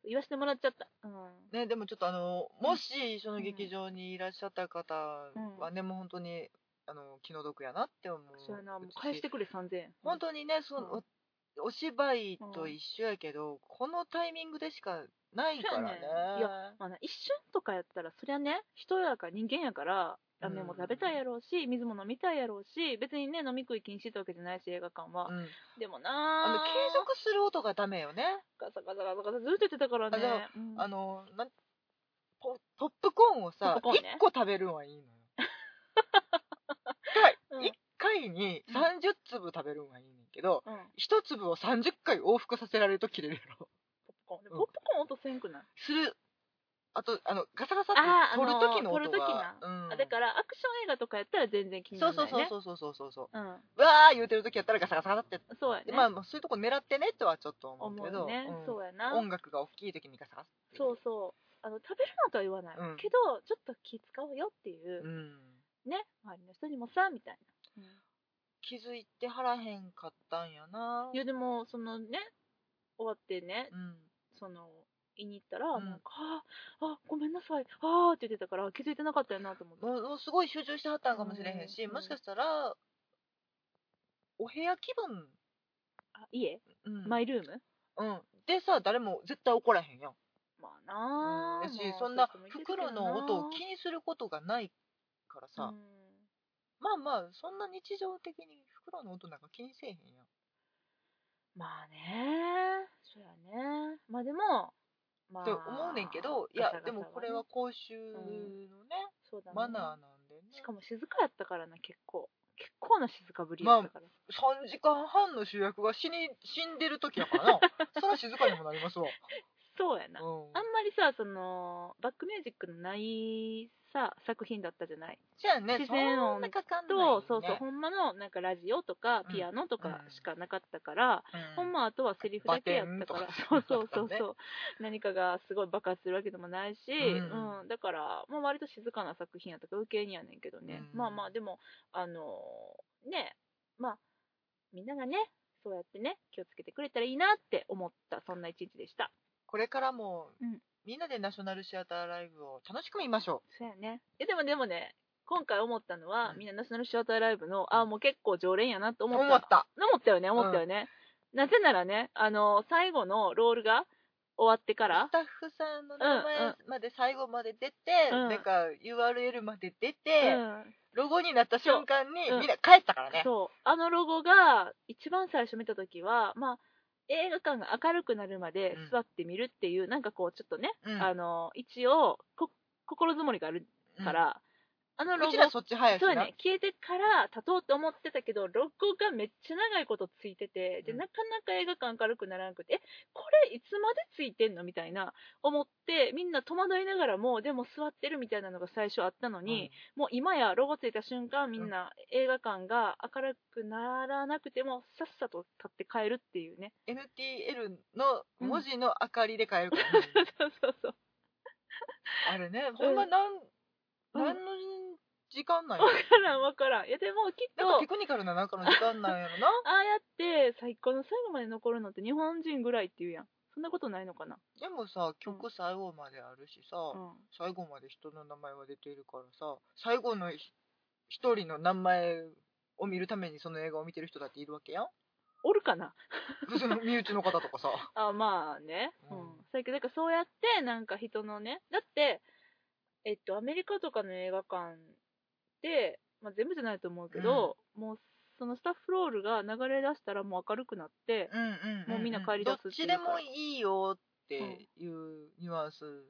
Speaker 1: 言わせてもらっちゃった、うん
Speaker 2: ね、でもちょっとあのもしその劇場にいらっしゃった方はね、もう本当にあの気の毒やなって思う
Speaker 1: そうやなもう返してくれ3000円
Speaker 2: 本当にねそ
Speaker 1: うん
Speaker 2: の、おお芝居と一緒やけど、このタイミングでしかないからね
Speaker 1: そうやねいまあな、一瞬とかやったらそりゃね人やから人間やから
Speaker 2: うん
Speaker 1: 飴も食べたいやろうし、水も飲みたいやろうし別にね飲み食い禁止ってわけじゃないし映画館は、
Speaker 2: うん、
Speaker 1: でも
Speaker 2: あ
Speaker 1: な
Speaker 2: の
Speaker 1: あ
Speaker 2: 継続する音がダメよね、
Speaker 1: ガサガサガサガサずっと言ってたからね
Speaker 2: あじゃ
Speaker 1: うん
Speaker 2: あのなんポポップコーンをさ、
Speaker 1: ポップコーンね
Speaker 2: 1個食べるのはいいのよ
Speaker 1: うん
Speaker 2: 1回1回に30粒食べるのはいいねんけど
Speaker 1: うん
Speaker 2: 1粒を30回往復させられると切れるやろ
Speaker 1: ポップコーン。で
Speaker 2: うん
Speaker 1: ポップコーン音せんくない、
Speaker 2: するあとあのガサガサっ
Speaker 1: あー
Speaker 2: て取る時の
Speaker 1: あの
Speaker 2: 音が
Speaker 1: 撮る時
Speaker 2: うん
Speaker 1: あだからアクション映画とかやったら全然気にな
Speaker 2: そ
Speaker 1: らない、
Speaker 2: うそ
Speaker 1: ね
Speaker 2: う、そうそうそうそうそうそう
Speaker 1: うん、
Speaker 2: うわー言うてる時やったらガサガサガサって、
Speaker 1: そうやね、
Speaker 2: まあまあそういうとこ狙ってねとはちょっと思
Speaker 1: 思
Speaker 2: う
Speaker 1: う
Speaker 2: けど
Speaker 1: ね、
Speaker 2: うん
Speaker 1: そうやな
Speaker 2: 音楽が大きい時にガサガサって
Speaker 1: そうそうあの食べるのとは言わない、
Speaker 2: うん
Speaker 1: けどちょっと気使うよっていう、
Speaker 2: うん、
Speaker 1: ね周りの人にもさみたいな、
Speaker 2: 気づいてはらへんかったんやない
Speaker 1: やでもそのね終わってね
Speaker 2: うん
Speaker 1: その言いに行ったら、
Speaker 2: うん
Speaker 1: なんかあーあごめんなさいああって言ってたから気づいてなかったよなと思って、
Speaker 2: もうもうすごい集中してはったんかもしれへんし、
Speaker 1: うん
Speaker 2: もしかしたらお部屋気分、
Speaker 1: あ家、
Speaker 2: うん
Speaker 1: マイルーム
Speaker 2: うん、でさ誰も絶対怒らへんやん
Speaker 1: まあなあ、
Speaker 2: やし
Speaker 1: まあ
Speaker 2: そんな
Speaker 1: ういう人もいてるけ
Speaker 2: 袋
Speaker 1: どな
Speaker 2: の音を気にすることがないからさ、
Speaker 1: うん
Speaker 2: まあまあそんな日常的に袋の音なんか気にせえへんやん
Speaker 1: まあね、そうやね。まあでも、まあ、
Speaker 2: って思うねんけどい
Speaker 1: ガ
Speaker 2: や
Speaker 1: サガサ
Speaker 2: で
Speaker 1: は
Speaker 2: も
Speaker 1: ね
Speaker 2: これは、公衆のね、
Speaker 1: そうだね
Speaker 2: マナーなんでね
Speaker 1: しかも静かやったからな、結構。結構な静かぶり
Speaker 2: まあ
Speaker 1: やったから。
Speaker 2: 3時間半の主役が死に死んでる時やから なそら静かにもなりますわ、
Speaker 1: そうや
Speaker 2: う
Speaker 1: な。あん
Speaker 2: ん、
Speaker 1: まりさ、その、バックミュージックのないさ、作品だったじゃない。
Speaker 2: じゃあね
Speaker 1: 自然音
Speaker 2: そんなかかんない
Speaker 1: と、
Speaker 2: ね
Speaker 1: そうそう、ほんまの、なんかラジオとか、
Speaker 2: うん
Speaker 1: ピアノとかしかなかったから、
Speaker 2: うん
Speaker 1: ほんまあとはセリフだけやったから、そうそうそう
Speaker 2: バテンとかね
Speaker 1: そう、何かがすごい爆発するわけでもないし、
Speaker 2: ん
Speaker 1: うんだから、まあ、割と静かな作品やったから、余計にやねんけどね、
Speaker 2: うん
Speaker 1: まあまあ、でも、あのーね、まあ、みんながね、そうやってね、気をつけてくれたらいいなって思った、そんな一日でした。
Speaker 2: これからも、
Speaker 1: うん
Speaker 2: みんなでナショナルシアターライブを楽しく見ましょ
Speaker 1: そうやね。いやでもでもね、今回思ったのは、
Speaker 2: うん
Speaker 1: みんなナショナルシアターライブの、ああ、もう結構常連やなって
Speaker 2: う
Speaker 1: 思った。
Speaker 2: 思った
Speaker 1: 思ったよね、思ったよね。なぜならね、あのー最後のロールが終わってから
Speaker 2: ス、タッフさんの名
Speaker 1: うんう
Speaker 2: 前
Speaker 1: ん
Speaker 2: まで最後まで出て、
Speaker 1: うん
Speaker 2: なんか URL まで出て、
Speaker 1: うん
Speaker 2: ロゴになった瞬間に、
Speaker 1: うん
Speaker 2: みんな帰ったからね
Speaker 1: そうあのロゴが一番最初見た時はまあ映画館が明るくなるまで
Speaker 2: うん
Speaker 1: 座って見るっていう、なんかこうちょっとね、
Speaker 2: うん
Speaker 1: あの一応こ心づもりがあるか、ら、あの
Speaker 2: うん
Speaker 1: ロ
Speaker 2: う
Speaker 1: ゴ
Speaker 2: ちらそっち早いし
Speaker 1: そう
Speaker 2: な
Speaker 1: やね消えてから立とうと思ってたけどロゴがめっちゃ長いことついててで
Speaker 2: うん
Speaker 1: なかなか映画館明るくならなくてえこれいつまでついてんのみたいな思ってみんな戸惑いながらもでも座ってるみたいなのが最初あったの
Speaker 2: うん
Speaker 1: に、もう今やロゴついた瞬間みんな映画館が明るくならなくてもさっさと立って帰るっていう ね
Speaker 2: NTL の文字の明かりで帰るからね、
Speaker 1: そうそうそう
Speaker 2: あれねほんまなん、
Speaker 1: うん
Speaker 2: 何の時間なんや
Speaker 1: 分からん分からんいやでもきっと
Speaker 2: なんかテクニカルな中の時間なんやろな
Speaker 1: ああやって最高の最後まで残るのって日本人ぐらいっていうやんそんなことないのかな、
Speaker 2: でもさ曲最後まであるしさ、
Speaker 1: うん、
Speaker 2: 最後まで人の名前は出ているからさ最後のひ一人の名前を見るためにその映画を見てる人だっているわけやん
Speaker 1: おるかな
Speaker 2: その身内の方とかさ
Speaker 1: あまあね、う
Speaker 2: うんん
Speaker 1: そやけどだからそうやってなんか人のねだってえっとアメリカとかの映画館で、まあ、全部じゃないと思うけど、もうそのスタッフロールが流れ出したらもう明るくなって、
Speaker 2: うんうん
Speaker 1: も うみんな帰り出すって
Speaker 2: ど
Speaker 1: いうか
Speaker 2: っちでもいいよっていうニュアンス、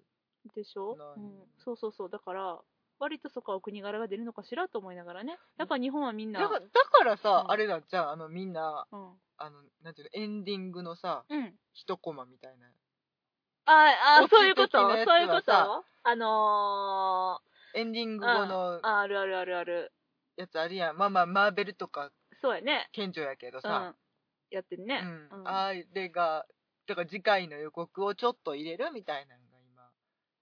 Speaker 1: でしょ、
Speaker 2: な
Speaker 1: う
Speaker 2: い
Speaker 1: ん、そうそうそうだから割とそこはお国柄が出るのかしらと思いながらねやっぱ日本はみんな、
Speaker 2: だからだからさ、
Speaker 1: うん
Speaker 2: あれだじゃああのみんな
Speaker 1: うん
Speaker 2: あのなんていうのエンディングのさ
Speaker 1: うん、
Speaker 2: 一コマみたいな
Speaker 1: ああ
Speaker 2: 落ち
Speaker 1: そういうこと
Speaker 2: 的なやつ
Speaker 1: そういうこ
Speaker 2: は
Speaker 1: と
Speaker 2: さ
Speaker 1: あの
Speaker 2: エンディン
Speaker 1: ー、
Speaker 2: グ後の
Speaker 1: ああるあるあるある
Speaker 2: やつあるやんまあまあマーベルとか
Speaker 1: そうやね
Speaker 2: 賢者やけ
Speaker 1: う
Speaker 2: ど
Speaker 1: ん
Speaker 2: さ、
Speaker 1: やってんね、
Speaker 2: うん
Speaker 1: うん
Speaker 2: あれがだから次回の予告をちょっと入れるみたいなのが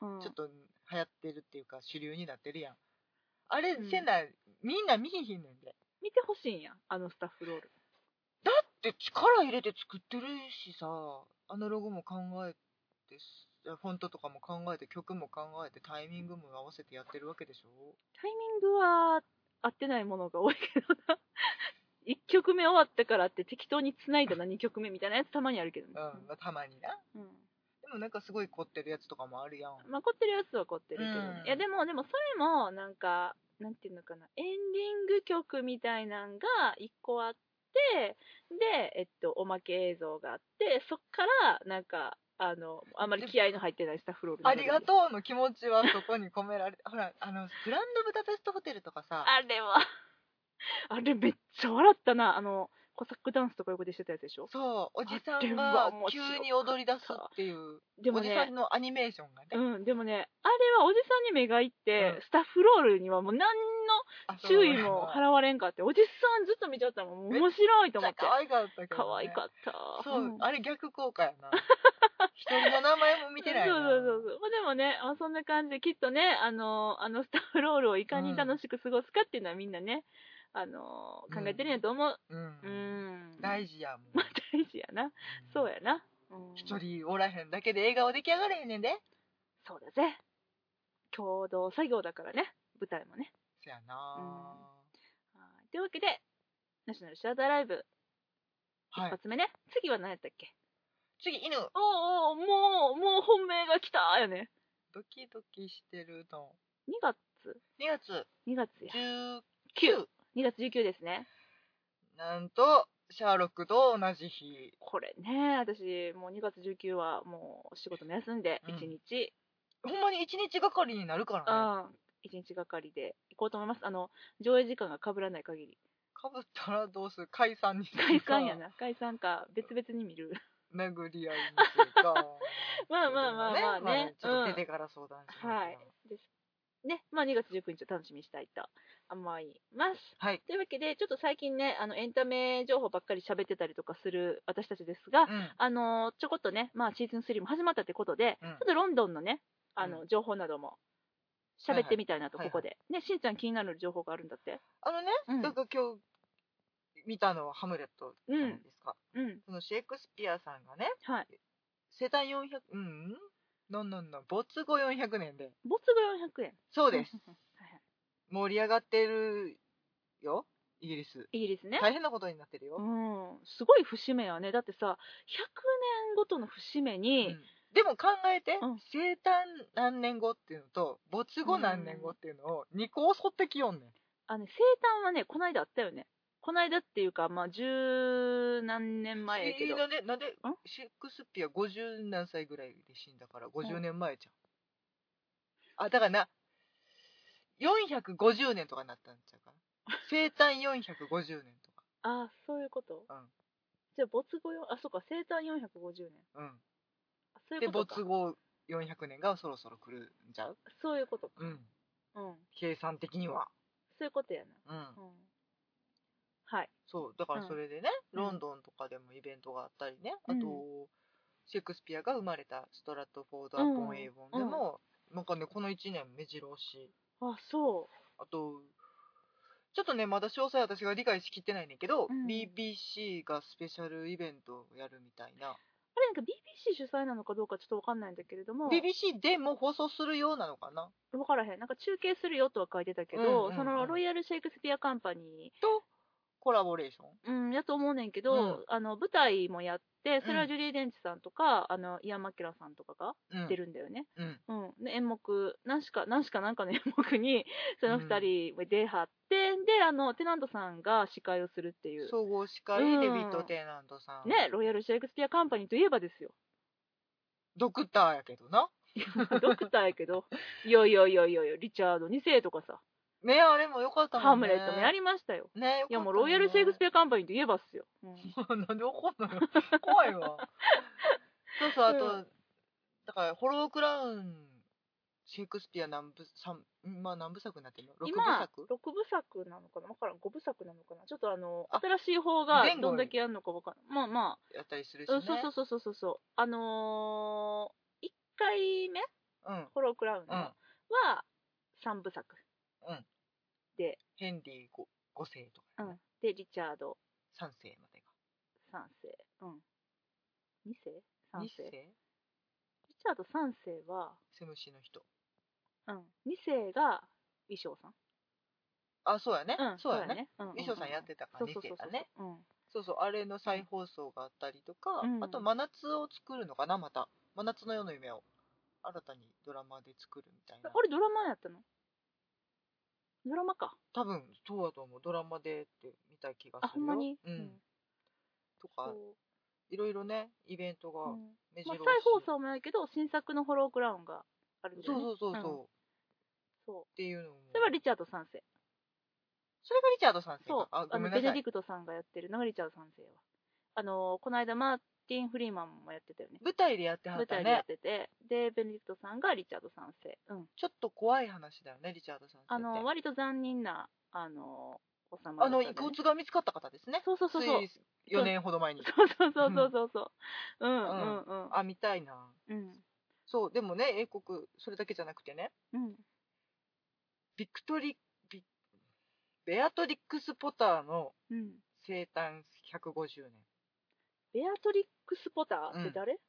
Speaker 2: 今、
Speaker 1: うん
Speaker 2: ちょっと流行ってるっていうか主流になってるやんあれ、
Speaker 1: うん
Speaker 2: せなみんな見ひひんねんで
Speaker 1: 見てほしいんやあのスタッフロール
Speaker 2: だって力入れて作ってるしさアナログも考えてすフォントとかも考えて曲も考えてタイミングも合わせてやってるわけでしょ
Speaker 1: タイミングは合ってないものが多いけど な1曲目終わったからって適当に繋いだな2曲目みたいなやつたまにあるけどね
Speaker 2: うん、まあたまにな
Speaker 1: うん
Speaker 2: でもなんかすごい凝ってるやつとかもあるやん
Speaker 1: まあ凝ってるやつは凝ってるけどね、
Speaker 2: うん
Speaker 1: いやでもでもそれもなんかなんていうのかなエンディング曲みたいなんが1個あってでえっとおまけ映像があってそっからなんかあのあんまり気合いの入ってないスタッフロール
Speaker 2: ありが
Speaker 1: う
Speaker 2: とうの気持ちはそこに込められてほらあのグランドブダペストホテルとかさ
Speaker 1: あれは あれめっちゃ笑ったなあのコサックダンスとか横でしてたやつでしょ
Speaker 2: そうおじさ
Speaker 1: あれ
Speaker 2: ん
Speaker 1: は
Speaker 2: が
Speaker 1: 面白かった
Speaker 2: 急に踊り出すっていう、
Speaker 1: でも
Speaker 2: お
Speaker 1: ね
Speaker 2: じさんのアニメーションがね、
Speaker 1: うん、でもね、あれはおじさんに目がいって、
Speaker 2: うん
Speaker 1: スタッフロールにはもう何の
Speaker 2: あそう
Speaker 1: 注意も払われんかって、おじさんずっと見ちゃったもん、もう面白いと思って。
Speaker 2: 可愛かったけど、ね、
Speaker 1: 可愛かった。
Speaker 2: そう、
Speaker 1: ん
Speaker 2: あれ逆効果や な一人の名前も見てないな
Speaker 1: そうそうそうそう。まあ、でもね、まあ、そんな感じで、きっとね、あの、あのスタッフロールをいかに楽しく過ごすかっていうのはみんなね、あの、考えてるんやと思う。
Speaker 2: うん、
Speaker 1: うん。
Speaker 2: 大事やもん
Speaker 1: まあ、大事やな。そう
Speaker 2: や
Speaker 1: やな。うん
Speaker 2: 一人おらへんだけで映画は出来上がれへんねんで
Speaker 1: そうだぜ。共同作業だからね、舞台もね。
Speaker 2: そやな、
Speaker 1: はいというわけで、ナショナルシアターライブ、一
Speaker 2: はい
Speaker 1: 発目ね。次は何やったっけ
Speaker 2: 次犬
Speaker 1: おーおーもう、もう本命が来たよね。
Speaker 2: ドキドキしてるの
Speaker 1: 2月、
Speaker 2: 2月
Speaker 1: 2月や。
Speaker 2: 19
Speaker 1: 2月19ですね。
Speaker 2: なんとシャーロックと同じ日
Speaker 1: これね、私、もう2月19はもう仕事も休んで、
Speaker 2: うん
Speaker 1: 1日、
Speaker 2: ほんまに1日がかりになるか
Speaker 1: う
Speaker 2: らね
Speaker 1: ん、1日がかりで行こうと思います。あの、上映時間が被らない限り。
Speaker 2: かぶったらどうする解散にするか
Speaker 1: 解散やな。解散か、別々に見る。
Speaker 2: 殴り合いにするか
Speaker 1: まあまあまあまあね
Speaker 2: ちょっと出てから相談しますけど
Speaker 1: はいです。ね、まあ2月19日を楽しみにしたいと思います。
Speaker 2: はい
Speaker 1: というわけで、ちょっと最近ね、あのエンタメ情報ばっかり喋ってたりとかする私たちですが、
Speaker 2: うん
Speaker 1: あのちょこっとね、まあ、シーズン3も始まったってことで、
Speaker 2: うん
Speaker 1: ちょっとロンドンのね、あ
Speaker 2: う
Speaker 1: の情報なども喋ってみたいなと、
Speaker 2: はい
Speaker 1: こ
Speaker 2: は
Speaker 1: こ
Speaker 2: い
Speaker 1: で、ね、しんちゃん気になる情報があるんだって。
Speaker 2: あのね、
Speaker 1: うん
Speaker 2: だから今日見たのはハムレットじゃないですか、
Speaker 1: うん、
Speaker 2: そのシェイクスピアさんがね
Speaker 1: はい。
Speaker 2: 世帯400うんなんなんなん没後400年で
Speaker 1: 没後400円。
Speaker 2: そうです
Speaker 1: はいはい
Speaker 2: 盛り上がってるよイギリス
Speaker 1: イギリスね。
Speaker 2: 大変なことになってるよ、
Speaker 1: うん、すごい節目やね。だってさ、100年ごとの節目に、
Speaker 2: うんでも考えて、
Speaker 1: うん
Speaker 2: 生誕何年後っていうのと没後何年後っていうのを2個襲ってきよんねん、
Speaker 1: あのね、生誕はね、こないだあったよね。こないだっていうか、まあ、十何年前やけど
Speaker 2: えー。なんでなんでシェイクスピア50何歳ぐらいで死んだから50年前じゃん、あだからな450年とかになったんちゃうか な生誕450年と
Speaker 1: ああ、そういうこと。
Speaker 2: うん
Speaker 1: じゃあ、没後よ、あ、そうか、生誕450年。
Speaker 2: か、うん
Speaker 1: あそうい
Speaker 2: で
Speaker 1: うことか。
Speaker 2: 没後400年がそろそろ来るんちゃう、
Speaker 1: そういうことか。
Speaker 2: うん、
Speaker 1: うん。
Speaker 2: 計算的には、
Speaker 1: そういうことや
Speaker 2: うん、
Speaker 1: な。うん。はい。
Speaker 2: そうだからそれでね、
Speaker 1: うん
Speaker 2: ロンドンとかでもイベントがあったりね、
Speaker 1: うん
Speaker 2: あとシェイクスピアが生まれたストラットフォード・アポン・エイボンでも、なんかねこの1年目白押し
Speaker 1: あ、そ
Speaker 2: あと、ちょっとね、まだ詳細私が理解しきってないねんけど、
Speaker 1: うん
Speaker 2: BBC がスペシャルイベントをやるみたい
Speaker 1: う。
Speaker 2: な。
Speaker 1: あれ、なんか BBC 主催なのかどうかちょっとわかんないんだけれども、
Speaker 2: BBC でも放送するようなのかな
Speaker 1: わからへん。なんか中継するよとは書いてたけど、
Speaker 2: うんうんうん
Speaker 1: そのロイヤルシェイクスピアカンパニ
Speaker 2: と、コラボレーション
Speaker 1: ー、うん、やと思うねんけど、
Speaker 2: うん
Speaker 1: あの、舞台もやって、それ
Speaker 2: う
Speaker 1: は
Speaker 2: ん
Speaker 1: ジュリー・デンチさんとか、あの、イアン・マキラさんとかが
Speaker 2: うん
Speaker 1: 出るんだよね。
Speaker 2: うん。
Speaker 1: うん、で演目何しか何しかなんかの演 目にその
Speaker 2: うん
Speaker 1: 2人出はって、であのテナントさんが司会をするっていう、
Speaker 2: 総合司会、
Speaker 1: うん
Speaker 2: デビッド・テナントさん。
Speaker 1: ね、ロイヤル・シェイクスピア・カンパニーといえばですよ
Speaker 2: ドクターやけどな。
Speaker 1: ドクターやけどいやいやいやいやいやリチャード2世とかさ、
Speaker 2: ね、あれもよかったもんね。
Speaker 1: ハムレットもやりましたよ
Speaker 2: ね、よかったね
Speaker 1: いやもうロイヤル・シェイクスピア・カンパニーといえばっすよ、うん
Speaker 2: なんで怒んのよ。怖 いわ。そうそう、あと、
Speaker 1: う
Speaker 2: だから、ホロークラウンシェイクスピア何部三まあ何部作になってるの六部
Speaker 1: 今
Speaker 2: 作
Speaker 1: 六部作なのかな分からん5部作なのかなちょっとあの
Speaker 2: あ
Speaker 1: 新しい方が
Speaker 2: 前後
Speaker 1: どんだけやるのか分からんまあま
Speaker 2: やったりするし
Speaker 1: あ、
Speaker 2: ね
Speaker 1: うん、そうそうそうそうそうそうあのー、1回目
Speaker 2: うん
Speaker 1: ホロークラウンの
Speaker 2: うん
Speaker 1: は3部作、
Speaker 2: うん
Speaker 1: で、
Speaker 2: ヘンリー五五世と
Speaker 1: う
Speaker 2: かね、
Speaker 1: ん、でリチャード
Speaker 2: 三世まで
Speaker 1: 3世うん2世
Speaker 2: が
Speaker 1: ?3
Speaker 2: 二
Speaker 1: 世リ
Speaker 2: 世
Speaker 1: チャード3世は、
Speaker 2: セムシの人
Speaker 1: うん、2世が衣装さん
Speaker 2: あそうやね、
Speaker 1: うん、
Speaker 2: そうやね
Speaker 1: うんうんうん
Speaker 2: 衣装さんやってたから
Speaker 1: そう
Speaker 2: 二
Speaker 1: そうそ
Speaker 2: 世
Speaker 1: う
Speaker 2: だ
Speaker 1: そう
Speaker 2: ね
Speaker 1: うん
Speaker 2: そうそうあれの再放送があったりとか、
Speaker 1: うん
Speaker 2: あと真夏を作るのかなまた真夏の夜の夢を新たにドラマで作るみたいな
Speaker 1: あれドラマやったのドラマか
Speaker 2: 多分そうだと思うドラマでって見た気がする
Speaker 1: あ
Speaker 2: よ
Speaker 1: ほんまに
Speaker 2: うん
Speaker 1: うんそ
Speaker 2: とか
Speaker 1: う
Speaker 2: いろいろねイベントが
Speaker 1: うん
Speaker 2: 目
Speaker 1: まあ、
Speaker 2: 白
Speaker 1: 再
Speaker 2: 押し、
Speaker 1: 放送もやるけど新作のホロークラウンがあるんだ
Speaker 2: そ
Speaker 1: よ
Speaker 2: う
Speaker 1: ね
Speaker 2: そうそうそう、
Speaker 1: うん
Speaker 2: っ
Speaker 1: そう
Speaker 2: ていうのも
Speaker 1: それはリチャード3世
Speaker 2: それがリチャード三世
Speaker 1: そう
Speaker 2: か
Speaker 1: あ
Speaker 2: あごめ
Speaker 1: の
Speaker 2: んな
Speaker 1: ベネ
Speaker 2: さ
Speaker 1: ディ
Speaker 2: い
Speaker 1: クトさんがやってるのがリチャード3世はあのこの間マーティン・フリーマンもやってたよね
Speaker 2: 舞台でやってはっ
Speaker 1: 舞
Speaker 2: た
Speaker 1: 台でや
Speaker 2: ね
Speaker 1: っててでベネディクトさんがリチャード3世うん
Speaker 2: ちょっと怖い話だよねリチャード三世って
Speaker 1: あの割と残忍なあの王様だっ
Speaker 2: あ
Speaker 1: た
Speaker 2: の
Speaker 1: ん
Speaker 2: 遺
Speaker 1: だよね
Speaker 2: 骨が見つかった方ですね
Speaker 1: そうそうそうそう
Speaker 2: つい4年ほど前 に
Speaker 1: そうそうそうそうそうそううんうんうん
Speaker 2: あ見たいな
Speaker 1: うん
Speaker 2: そうでもね英国それだけじゃなくてね
Speaker 1: うん
Speaker 2: ビクトリビベアトリックス・ポターの
Speaker 1: うん
Speaker 2: 生誕150年
Speaker 1: ベアトリックス・ポターって誰、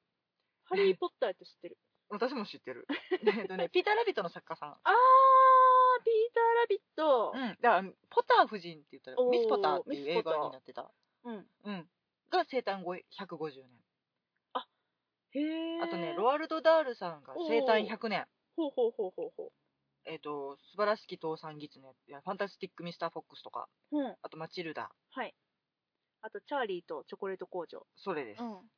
Speaker 1: ハリー・ポッターって知ってる
Speaker 2: 私も知っ てるえっとねピーター・ラビットの作家さん
Speaker 1: あー、ピーター・ラビット。
Speaker 2: うんだからポター夫人って言ったら
Speaker 1: おー
Speaker 2: ミス・ポターっていう
Speaker 1: ミス
Speaker 2: 映
Speaker 1: ポター
Speaker 2: 画になってた
Speaker 1: うん。
Speaker 2: うんが生誕後150年
Speaker 1: へー。
Speaker 2: あとねロアルド・ダールさんが生誕100年
Speaker 1: ほうほうほうほうほ
Speaker 2: えっ、と「素晴らしき倒産ギツネ」いや「ファンタスティック・ミスター・フォックス」とか
Speaker 1: う。うん。
Speaker 2: あと「マチルダ
Speaker 1: はい。あと、チャーリーとチョコレート工場。」
Speaker 2: それです、
Speaker 1: うん。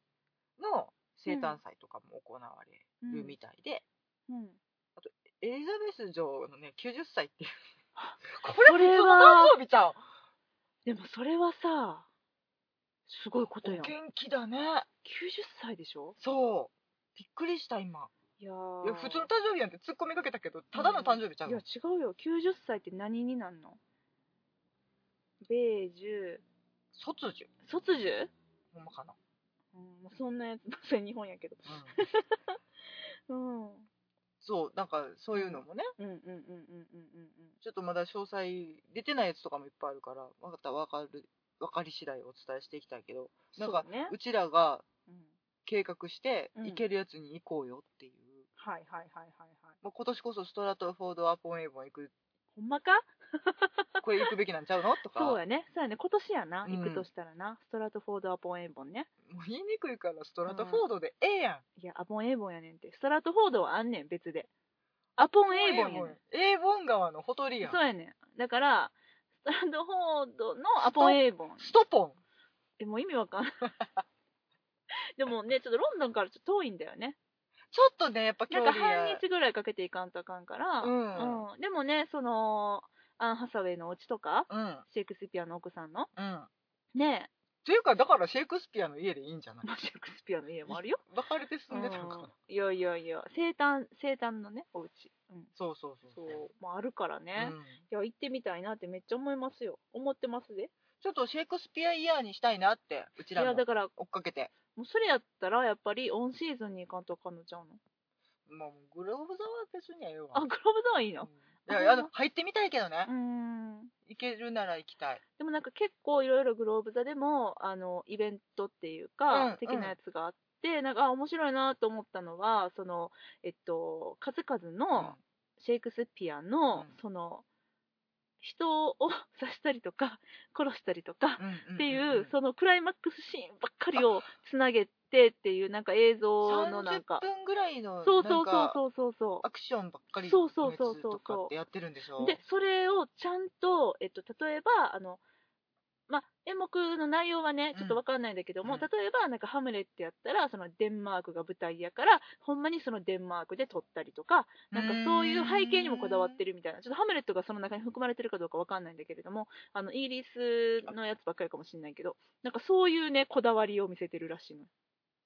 Speaker 2: の生誕祭とかも行われるみたいで、
Speaker 1: うん。
Speaker 2: エリザベス女王のね90歳っていう
Speaker 1: それ
Speaker 2: その
Speaker 1: は
Speaker 2: 誕生日ちゃう
Speaker 1: でもそれはさ、すごいこと
Speaker 2: お
Speaker 1: やん。90
Speaker 2: 元気だね
Speaker 1: 歳でしょ
Speaker 2: そうびっくりした今
Speaker 1: いや
Speaker 2: いや
Speaker 1: ー
Speaker 2: 普通の誕生日なんて突っ込みかけたけどただの誕生日ちゃう
Speaker 1: いや、違うよ。90歳って何になんの米寿、
Speaker 2: 卒寿
Speaker 1: 卒寿
Speaker 2: ほんまかな、
Speaker 1: うん、もうそんなやつ、それ日本やけど。
Speaker 2: うん
Speaker 1: うん。うん
Speaker 2: そうなんかそういうのもね
Speaker 1: うんうんうんうんうんうん。
Speaker 2: ちょっとまだ詳細出てないやつとかもいっぱいあるから分かった分かる分かり次第お伝えしていきたいけどなんか
Speaker 1: そうね
Speaker 2: うちらが
Speaker 1: うん
Speaker 2: 計画して
Speaker 1: うん
Speaker 2: 行けるやつに行こうよっていう、
Speaker 1: はいはいはいはいはい。
Speaker 2: もう今年こそストラトフォード・アポン・エイボン行く
Speaker 1: ほんまか
Speaker 2: これ行くべきなんちゃうのとか
Speaker 1: そうやね。そうやね。今年やな。
Speaker 2: うん
Speaker 1: 行くとしたらな。ストラトフォード・アポン・エイボンね。
Speaker 2: もう言いにくいからストラトフォードでええやん、
Speaker 1: いや、アポン・エイボンやねんって。ストラトフォードはあんねん、別で。アポン・エイボンやね
Speaker 2: エイボン川のほとりや
Speaker 1: ん。
Speaker 2: ん
Speaker 1: そうやねん。だから、ストラトフォードのアポン・エイボン。
Speaker 2: ストポン
Speaker 1: え、もう意味わかんない。 でもね、ちょっとロンドンからちょっと遠いんだよね。
Speaker 2: ちょっとねやっぱ距
Speaker 1: なん
Speaker 2: 離
Speaker 1: か
Speaker 2: や
Speaker 1: 半日ぐらいかけていかんとあかんから、
Speaker 2: うん
Speaker 1: うんでもね、その、アン・ハサウェイのお家とか、
Speaker 2: うん
Speaker 1: シェイクスピアの奥さんの、
Speaker 2: うんっ
Speaker 1: ね
Speaker 2: ていうかだからシェイクスピアの家でいいんじゃない
Speaker 1: まあ、シェイクスピアの家もあるよ。
Speaker 2: 別れて住んでたのかな、
Speaker 1: いやいやいや、生誕、生誕のね、お家。うん。
Speaker 2: そうそうそう
Speaker 1: そう、まああるからね。
Speaker 2: うん
Speaker 1: いや、行ってみたいなってめっちゃ思いますよ。思ってますで。
Speaker 2: ちょっとシェイクスピアイヤーにしたいなってう
Speaker 1: い
Speaker 2: ちら
Speaker 1: や、
Speaker 2: も
Speaker 1: だから、
Speaker 2: 追っかけて
Speaker 1: もうそれやったら、やっぱりオンシーズンに行かんとあかんのちゃうの。
Speaker 2: もうグローブ座は別にええわ
Speaker 1: あ、グローブドアいいの
Speaker 2: うんいやあの入ってみたいけどね
Speaker 1: う、ーん。
Speaker 2: 行けるなら行きたい
Speaker 1: でもなんか結構いろいろグローブ座でも、あの、イベントっていうか、
Speaker 2: うん
Speaker 1: 的なやつがあって、なんか、あ、面白いなと思ったのは、その、えっと、数々の、シェイクスピアの、
Speaker 2: うん
Speaker 1: その人を刺したりとか 殺したりとか
Speaker 2: うんうんうんうん
Speaker 1: っていう、そのクライマックスシーンばっかりをつなげてっていうなんか映像のなんか
Speaker 2: 30分ぐらいの
Speaker 1: そうそう
Speaker 2: なんか
Speaker 1: そうそうそうそ
Speaker 2: アクションばっかり
Speaker 1: そ
Speaker 2: の
Speaker 1: うそう
Speaker 2: や
Speaker 1: そう
Speaker 2: つ
Speaker 1: そう
Speaker 2: とかってやってるんでしょ
Speaker 1: うでそれをちゃんと、えっと、例えばあのまあ、演目の内容はね、ちょっとわかんないんだけども、
Speaker 2: うん
Speaker 1: 例えば、なんか、ハムレットやったら、そのデンマークが舞台やから、ほんまにそのデンマークで撮ったりとか、なんかそういう背景にもこだわって
Speaker 2: る
Speaker 1: るみたいな、ちょっとハムレットがその中に含まれてるかどうかわかんないんだけれども、あのイギリスのやつばっかりかもしれないけど、なんかそういうね、こだわりを見せてるらしいの。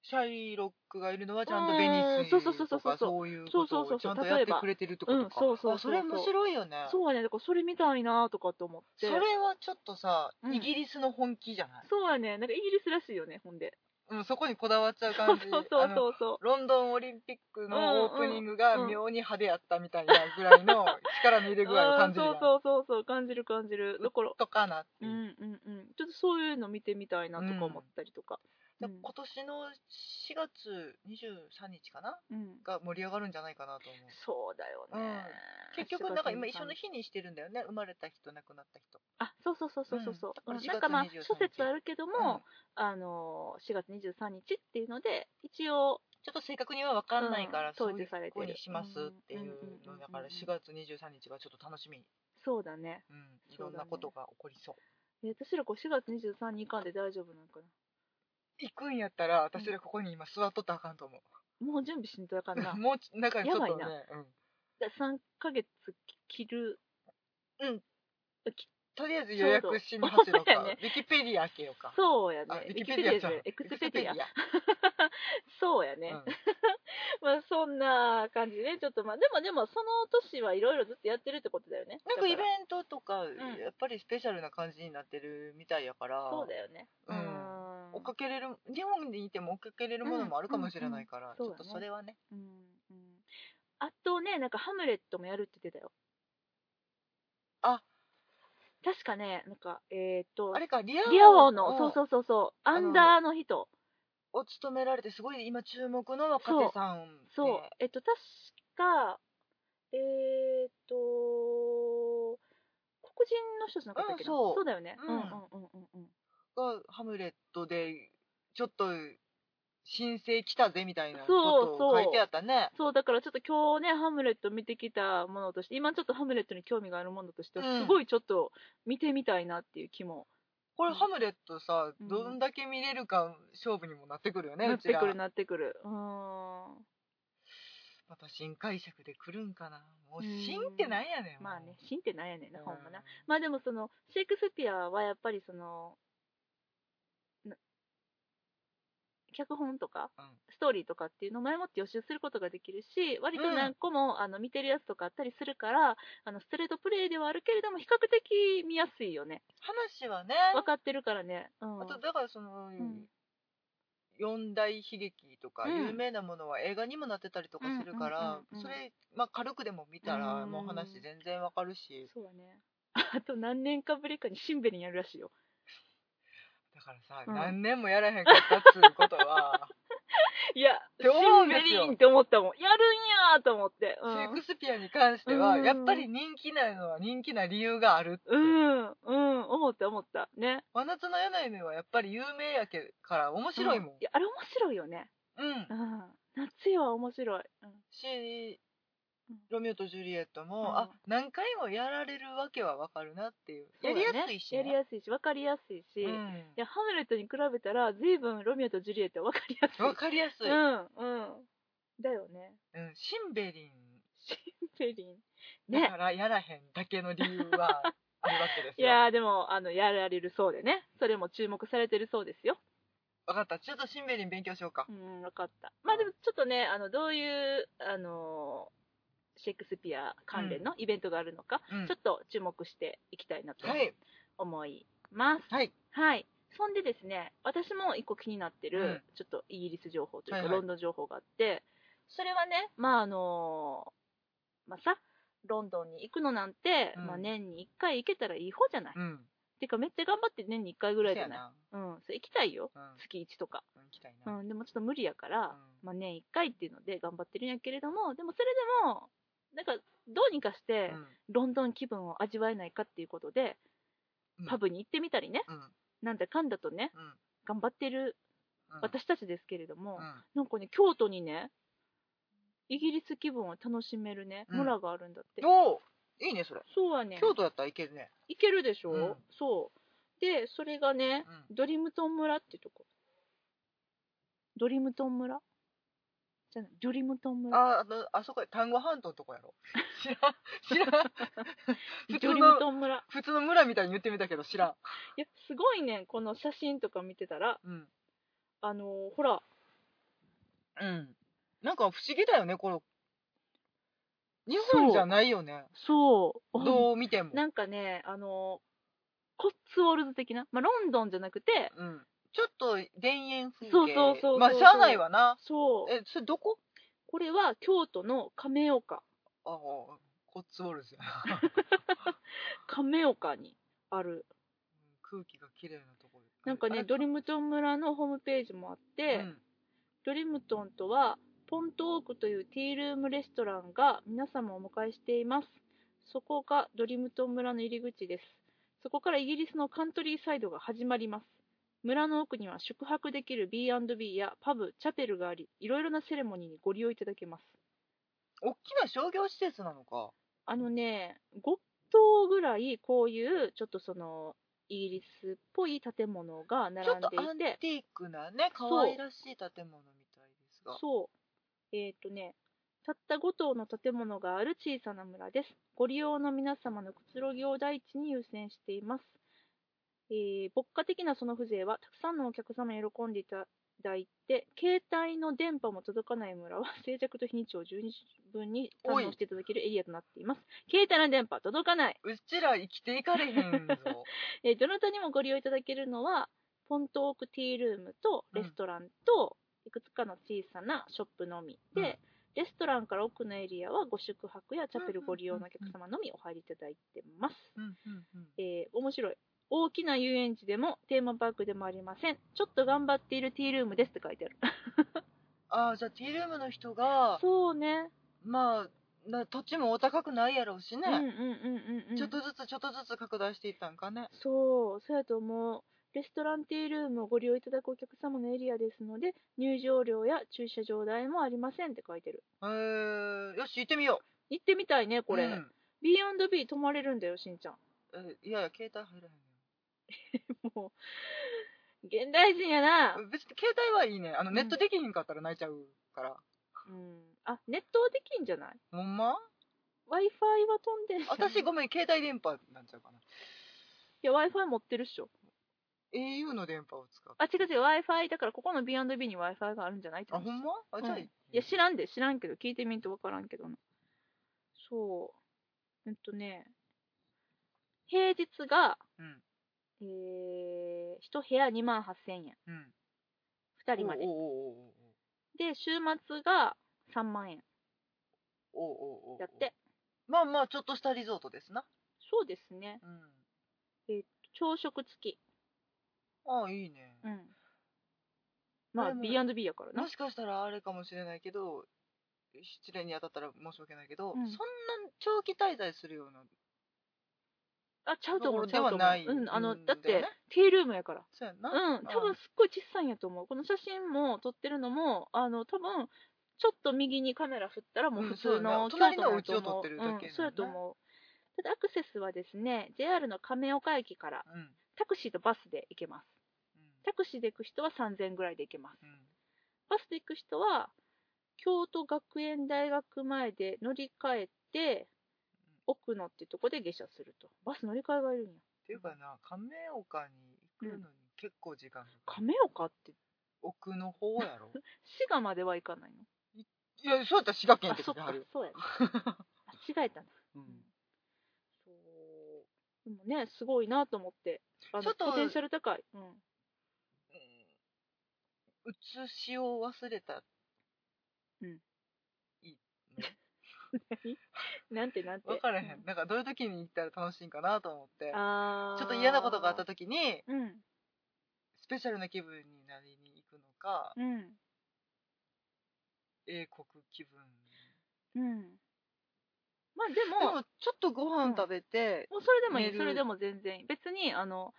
Speaker 2: シャイロックがいるのはちゃんとベニス
Speaker 1: うんそうそうそう
Speaker 2: と
Speaker 1: そう
Speaker 2: か
Speaker 1: そう
Speaker 2: そういうこと
Speaker 1: そうそうそうそう
Speaker 2: をちゃんとやってくれてるってことか
Speaker 1: うんそうそうそうそう
Speaker 2: あそれ面白いよね
Speaker 1: そうやねだからそれ見たいなとかって思って
Speaker 2: それはちょっとさ、
Speaker 1: うん
Speaker 2: イギリスの本気じゃない、
Speaker 1: そうやねなんかイギリスらしいよねほんで
Speaker 2: うん、そこにこだわっちゃう
Speaker 1: そう
Speaker 2: 感じ
Speaker 1: そうそう
Speaker 2: あの
Speaker 1: そうそう
Speaker 2: ロンドンオリンピックのオープニング
Speaker 1: うん
Speaker 2: が
Speaker 1: うん
Speaker 2: 妙に派手やったみたいなぐらいの力の入れ具合を
Speaker 1: う
Speaker 2: 感
Speaker 1: ん
Speaker 2: じるや
Speaker 1: そ
Speaker 2: ん
Speaker 1: うそうそうそう感じる感じるだから
Speaker 2: とかなって
Speaker 1: う
Speaker 2: い
Speaker 1: ん
Speaker 2: う、
Speaker 1: うんうんちょっとそういうの見てみたいなとか思ったりとか
Speaker 2: で今年の4月23日かな
Speaker 1: うんうん
Speaker 2: が盛り上がるんじゃないかなと思う
Speaker 1: そうだよね
Speaker 2: 結局なんか今一緒
Speaker 1: 緒
Speaker 2: の日にしてるんだよね生まれた人亡くなった人
Speaker 1: あそうそうそうそうそうそう
Speaker 2: うん
Speaker 1: うん
Speaker 2: 4月
Speaker 1: なんかまあ
Speaker 2: 23
Speaker 1: 諸説あるけども、あの4月23日っていうので一応
Speaker 2: ちょっと正確には分かんないから、
Speaker 1: うん
Speaker 2: そう
Speaker 1: 統
Speaker 2: いう
Speaker 1: 一されて
Speaker 2: 子
Speaker 1: る
Speaker 2: にしますっていう
Speaker 1: うんうんうんうんう
Speaker 2: の
Speaker 1: ん
Speaker 2: だから4月23日がちょっと楽しみ、
Speaker 1: そうだね
Speaker 2: うん、いろんなことが起こりそう
Speaker 1: え私らこう4月23日以下で大丈夫なんか
Speaker 2: 行くんやったら私らここに今座っとったらあかんと思
Speaker 1: なもう準備しんとあかん
Speaker 2: う、
Speaker 1: な
Speaker 2: もうち中にちょ
Speaker 1: や
Speaker 2: っと
Speaker 1: ば
Speaker 2: ね
Speaker 1: いな3ヶ月切る
Speaker 2: うん
Speaker 1: き
Speaker 2: とりあえず予約し
Speaker 1: そ
Speaker 2: に
Speaker 1: う
Speaker 2: 走ろう
Speaker 1: そ
Speaker 2: か
Speaker 1: うだよね
Speaker 2: ウィキペディア開けようか
Speaker 1: そうや
Speaker 2: あ
Speaker 1: ね
Speaker 2: ウィキペディアじゃん
Speaker 1: エクスペディア
Speaker 2: ウィキペ
Speaker 1: そうや
Speaker 2: ディ
Speaker 1: ね、
Speaker 2: アうん
Speaker 1: まあそんな感じでねちょっとまあでもでもその年はいろいろずっとやってるってことだよね
Speaker 2: なんかイ
Speaker 1: だ
Speaker 2: ベ
Speaker 1: ら
Speaker 2: ントと
Speaker 1: ん
Speaker 2: か、やっぱりスペシャルな感じになってるみたいやから
Speaker 1: そうだよね
Speaker 2: うん
Speaker 1: ん
Speaker 2: 追っかけれる日本にいても追っかけれるものもあるかもしれないから、
Speaker 1: うんうんうん
Speaker 2: ちょっとそれはね
Speaker 1: うんうんあとね、なんかハムレットもやるって言ってたよ。
Speaker 2: あ
Speaker 1: 確かね、なんか、えーっと
Speaker 2: あ、れかリア
Speaker 1: リア王
Speaker 2: う
Speaker 1: の、
Speaker 2: ん
Speaker 1: そうそうそうそう、ア
Speaker 2: あの
Speaker 1: ンダーの人。
Speaker 2: を務められてすごい今注目の若手さんで
Speaker 1: そう、えっと、確か、えーっと、黒人の人じゃなかったっけな、
Speaker 2: うんそう
Speaker 1: だよね。
Speaker 2: う
Speaker 1: うんうん
Speaker 2: ん
Speaker 1: うんうんうん。
Speaker 2: がハムレットでちょっと申請来たぜみたいなこ
Speaker 1: そう
Speaker 2: と
Speaker 1: そう
Speaker 2: を書いてあったね
Speaker 1: そう、だからちょっと今日ね、ハムレット見てきたものとして、今ちょっとハムレットに興味があるものとして、
Speaker 2: うん
Speaker 1: すごいちょっと見てみたいなっていう気も
Speaker 2: これ、
Speaker 1: うん
Speaker 2: ハムレットさ
Speaker 1: うん
Speaker 2: どんだけ見れるか勝負にもなってくるよね、
Speaker 1: な
Speaker 2: う
Speaker 1: っ
Speaker 2: ち
Speaker 1: て
Speaker 2: ら
Speaker 1: くるなってくるうーん
Speaker 2: また新解釈で来るんかなもう
Speaker 1: うん
Speaker 2: 新ってなんやねん
Speaker 1: まあね真ってなんやねんなほんまな
Speaker 2: う
Speaker 1: まあでもそのシェイクスピアはやっぱりそのな脚本とか、
Speaker 2: うん
Speaker 1: ストーリーとかっていうのを前もって予習することができるし割と何個も、あの見てるやつとかあったりするからあのストレートプレイではあるけれども比較的見やすいよね
Speaker 2: 話はね
Speaker 1: 分かってるからね、うん、
Speaker 2: あとだからその、
Speaker 1: ん
Speaker 2: 四大悲劇とか
Speaker 1: うん
Speaker 2: 有名なものは映画にもなってたりとかする
Speaker 1: う
Speaker 2: か
Speaker 1: んうん
Speaker 2: ら、
Speaker 1: うんうん
Speaker 2: それ、まあ、軽くでも見たら
Speaker 1: うん
Speaker 2: もう話全然わかるし、
Speaker 1: そうだね あと何年かぶりかにシンベリンやるらしいよ
Speaker 2: だからさ、
Speaker 1: うん
Speaker 2: 何年もやらへんかったっつうことは、
Speaker 1: いや
Speaker 2: て思
Speaker 1: シ
Speaker 2: う
Speaker 1: ン
Speaker 2: ん
Speaker 1: ベ
Speaker 2: ですよ
Speaker 1: リンって思ったもんやるんやーと思って、 う
Speaker 2: シ
Speaker 1: ん、
Speaker 2: ェイクスピアに関しては、
Speaker 1: うん
Speaker 2: やっぱり人気なのは人気な理由があるって、
Speaker 1: うん、うん、思った思った。ね。
Speaker 2: 真夏の夜の夢はやっぱり有名やけから面白いもん
Speaker 1: うん。や、あれ面白いよね。
Speaker 2: うん、
Speaker 1: うん。夏よは面白い。うん。
Speaker 2: し
Speaker 1: うん
Speaker 2: ロミオとジュリエットも、
Speaker 1: うん
Speaker 2: あ何回もやられるわけはわかるなっていう
Speaker 1: そう
Speaker 2: や
Speaker 1: だね
Speaker 2: りやすいし、ね、
Speaker 1: やりやすいし、わかりやすいし。い
Speaker 2: うん
Speaker 1: や、ハムレットに比べたら、随分ロミオとジュリエットはわかりやすい。
Speaker 2: わかりやすい、
Speaker 1: う
Speaker 2: うん
Speaker 1: ん、うん。だよね。
Speaker 2: シンベリン
Speaker 1: シンペリン。
Speaker 2: だ
Speaker 1: ね。
Speaker 2: からやらへんだけの理由はあるわけで す
Speaker 1: い
Speaker 2: よ。
Speaker 1: やーでも、あの、やられるそうでね。それも注目されてるそうですよ。
Speaker 2: わかったちょっとシンベリン勉強しようか
Speaker 1: う。ん、わかった。まあでも、ちょっとね、あの、どういう、あのーシェイクスピア関連のイベントがあるのか、
Speaker 2: うん
Speaker 1: ちょっと注目していきたいなと
Speaker 2: はい
Speaker 1: 思います。
Speaker 2: はい
Speaker 1: はい。そんでですね、私も一個気になってる、
Speaker 2: うん
Speaker 1: ちょっとイギリス情報というか、
Speaker 2: はいはい
Speaker 1: ロンドン情報があって、それはね、まああのまあさ、ロンドンに行くのなんて、
Speaker 2: うん
Speaker 1: まあ年に1回行けたらいい方じゃない、
Speaker 2: うん
Speaker 1: てかめっちゃ頑張って年に1回ぐらいじ
Speaker 2: そ
Speaker 1: ゃ
Speaker 2: う
Speaker 1: ない
Speaker 2: や
Speaker 1: うん、それ行きたいよ。
Speaker 2: なうん
Speaker 1: 月1とか。
Speaker 2: うん行きたいな、
Speaker 1: うん、でもちょっと無理やから、
Speaker 2: うん
Speaker 1: まあ年1回っていうので頑張ってるんやけれども、でもそれでも、なんかどうにかして
Speaker 2: うん
Speaker 1: ロンドン気分を味わえないかっていうことで、
Speaker 2: うん
Speaker 1: パブに行ってみたりね、
Speaker 2: うんうん
Speaker 1: なんだかんだとね、頑張ってる
Speaker 2: うん
Speaker 1: 私たちですけれども、
Speaker 2: うん
Speaker 1: なんかね京都にねイギリス気分を楽しめるね
Speaker 2: うん
Speaker 1: 村があるんだって、
Speaker 2: おーいいねそれ
Speaker 1: そうやね
Speaker 2: 京都だったらいけるね
Speaker 1: 行けるでしょ、
Speaker 2: うん
Speaker 1: そうでそれがね、
Speaker 2: うん
Speaker 1: ドリムトン村ってとこドリムトン村じゃないドリムトン村
Speaker 2: ああのあそこや丹後半島のとこやろ知らん 知らん普
Speaker 1: ド
Speaker 2: 通
Speaker 1: リム
Speaker 2: の
Speaker 1: トン村
Speaker 2: 普通の村みたいに言ってみたけど知らん、
Speaker 1: いやすごいねこの写真とか見てたら
Speaker 2: うん、
Speaker 1: あのーほら
Speaker 2: うん。なんか不思議だよね、この。日本じゃないよね。
Speaker 1: そう。
Speaker 2: どう見ても。
Speaker 1: なんかね、あの、コッツウォルズ的な、まあ、ロンドンじゃなくて、
Speaker 2: うん。ちょっと田園風景。
Speaker 1: そうそうそうそう
Speaker 2: まあ、しゃあないわな。
Speaker 1: そう、
Speaker 2: え、それどこ
Speaker 1: これは京都の亀岡、
Speaker 2: ああ、コッツウォ ルズやな。
Speaker 1: 亀岡にある、
Speaker 2: 空気が綺麗なところ。
Speaker 1: なんか
Speaker 2: あ
Speaker 1: ね、
Speaker 2: れ
Speaker 1: ドリムトン村のホームページもあって、
Speaker 2: うん
Speaker 1: ドリムトンとは、ポントオークというティールームレストランが皆様をお迎えしています。そこがドリムトン村の入り口です。そこからイギリスのカントリーサイドが始まります。村の奥には宿泊できる B&B やパブ、チャペルがあり、いろいろなセレモニーにご利用いただけます。
Speaker 2: 大きな商業施設なのか。
Speaker 1: あのね、5棟ぐらいこういう、ちょっとその、イギリスっぽい建物が
Speaker 2: ちょ
Speaker 1: 並
Speaker 2: っ
Speaker 1: ん
Speaker 2: と
Speaker 1: で
Speaker 2: アン
Speaker 1: い
Speaker 2: テ
Speaker 1: て、
Speaker 2: ィークなね、可
Speaker 1: そう
Speaker 2: 愛らしい建物みたいですが。
Speaker 1: そう。えっ、とね、たった5棟の建物がある小さな村です。ご利用の皆様のくつろぎを第一に優先しています。えー、牧歌的なその風情は、たくさんのお客様に喜んでいただいて、携帯の電波も届かない村は、 静寂と日にちを十分に堪能していただけるエリアとなっています。携帯の電波届かないう
Speaker 2: ちら生きていかれへんぞ。
Speaker 1: えーどなたにもご利用いただけるのは、ポントオークティールームとレストランと、いくつかの小さなショップのみで、
Speaker 2: うん
Speaker 1: レストランから奥のエリアはご宿泊やチャペルご利用のお
Speaker 2: うん
Speaker 1: 客様のみお入りいただいてます。
Speaker 2: うんうんうん
Speaker 1: えー面白い。大きな遊園地でもテーマパークでもありません。ちょっと頑張っているティールームですって書いてある。
Speaker 2: ああ、じゃあティールームの人が、
Speaker 1: そうね。
Speaker 2: まあ、な土地もお高くないやろうし
Speaker 1: うんうん
Speaker 2: ね、
Speaker 1: うんうんうん。
Speaker 2: ちょっとずつちょっとずつ拡大していったんかね。
Speaker 1: そう、そうやと思う。レストランティールームをご利用いただくお客様のエリアですので、入場料や駐車場代もありませんって書いてる。
Speaker 2: えー、よし、行ってみよう。
Speaker 1: 行ってみたいね、これ。
Speaker 2: うん
Speaker 1: B&B 泊まれるんだよ、しんちゃ ん。
Speaker 2: えいやいや、携帯入らへん
Speaker 1: もう、現代人やな。
Speaker 2: よ。別に携帯はいいね。あの、
Speaker 1: うん
Speaker 2: ネットできひんかったら泣いちゃうから。
Speaker 1: うん。あ、ネットはできんじゃない
Speaker 2: ほん
Speaker 1: ?Wi-Fi
Speaker 2: ま
Speaker 1: は飛んでんじゃん。
Speaker 2: 私
Speaker 1: い
Speaker 2: ごめん、携帯電波なんちゃうかな。
Speaker 1: や、Wi-Fi 持ってるっしょ。
Speaker 2: au の電波を使う。
Speaker 1: あ、違う違う、Wi-Fi だから、ここの B&B に Wi-Fi があるんじゃないって
Speaker 2: あ、
Speaker 1: 話
Speaker 2: ほんまあ、じゃあ、
Speaker 1: うん
Speaker 2: い
Speaker 1: いや、知らんで、知らんけど、聞いてみんとわからんけどな。そう。えっとね、平日が、
Speaker 2: うん
Speaker 1: えー、一部屋2万8000円。
Speaker 2: うん。
Speaker 1: 2人まで
Speaker 2: お。おお
Speaker 1: で、週末が3万円。
Speaker 2: おおおおお
Speaker 1: だって。。
Speaker 2: まあまあ、ちょっとしたリゾートですな。
Speaker 1: そうですね。
Speaker 2: うん。
Speaker 1: 朝食付き。
Speaker 2: ああ、いいね。
Speaker 1: うん。ま
Speaker 2: で
Speaker 1: あ、
Speaker 2: も
Speaker 1: B&B やからな
Speaker 2: も。しかしたらあれかもしれないけど、失礼に当たったら申し訳ないけど、
Speaker 1: うん
Speaker 2: そんな長期滞在するような、
Speaker 1: あ、ちゃうと思う、
Speaker 2: と
Speaker 1: ち
Speaker 2: こ
Speaker 1: ゃ
Speaker 2: ろ
Speaker 1: う
Speaker 2: では
Speaker 1: と思。
Speaker 2: ないう
Speaker 1: うん、あの、
Speaker 2: ん
Speaker 1: だっ
Speaker 2: だよ
Speaker 1: て
Speaker 2: ね、
Speaker 1: ティールームやから。
Speaker 2: そうやんな。
Speaker 1: うん、多分すっごい小さいんやと思う。この写真も撮ってるのも、あの、多分ちょっと右にカメラ振ったらもう普通
Speaker 2: う
Speaker 1: の
Speaker 2: んそうやな
Speaker 1: 京都のやと思
Speaker 2: 隣の家を撮ってるだけなんだね
Speaker 1: うん、そうやと思う。ただアクセスはですね、JR の亀岡駅から
Speaker 2: うん。うん。
Speaker 1: タクシーとバスで行けます。タクシーで行く人は3000円ぐらいで行けます。
Speaker 2: うん
Speaker 1: バスで行く人は、京都学園大学前で乗り換えて、奥野ってとこで下車すると。バス乗り換えがいるんや。
Speaker 2: っていうかな、亀岡に行くのに結構時間かかる。
Speaker 1: 亀岡って
Speaker 2: 奥の方やろ。
Speaker 1: 滋賀までは行かないの
Speaker 2: いや、そうやったら滋賀県っ
Speaker 1: あ
Speaker 2: て
Speaker 1: そ
Speaker 2: 書
Speaker 1: っ
Speaker 2: いてあ
Speaker 1: か
Speaker 2: るよ。
Speaker 1: そうやね間違えたな
Speaker 2: うん
Speaker 1: そうでもねすごいなと思ってあの
Speaker 2: ちょっと
Speaker 1: ポテンシャル高い、うん、
Speaker 2: うん写しを忘れた。
Speaker 1: うん
Speaker 2: いい。
Speaker 1: なんてなんて
Speaker 2: 分からへん。なんかどういう時に行ったら楽しいんかなと思って。
Speaker 1: あー
Speaker 2: ちょっと嫌なことがあった時に、
Speaker 1: うん
Speaker 2: スペシャルな気分になりに行くのか、
Speaker 1: うん
Speaker 2: 英国気分。
Speaker 1: うんまあで
Speaker 2: で
Speaker 1: も
Speaker 2: も、ちょっとご飯食べて、
Speaker 1: もうそれでもい
Speaker 2: 寝
Speaker 1: い
Speaker 2: る
Speaker 1: それでも全然いい別にあの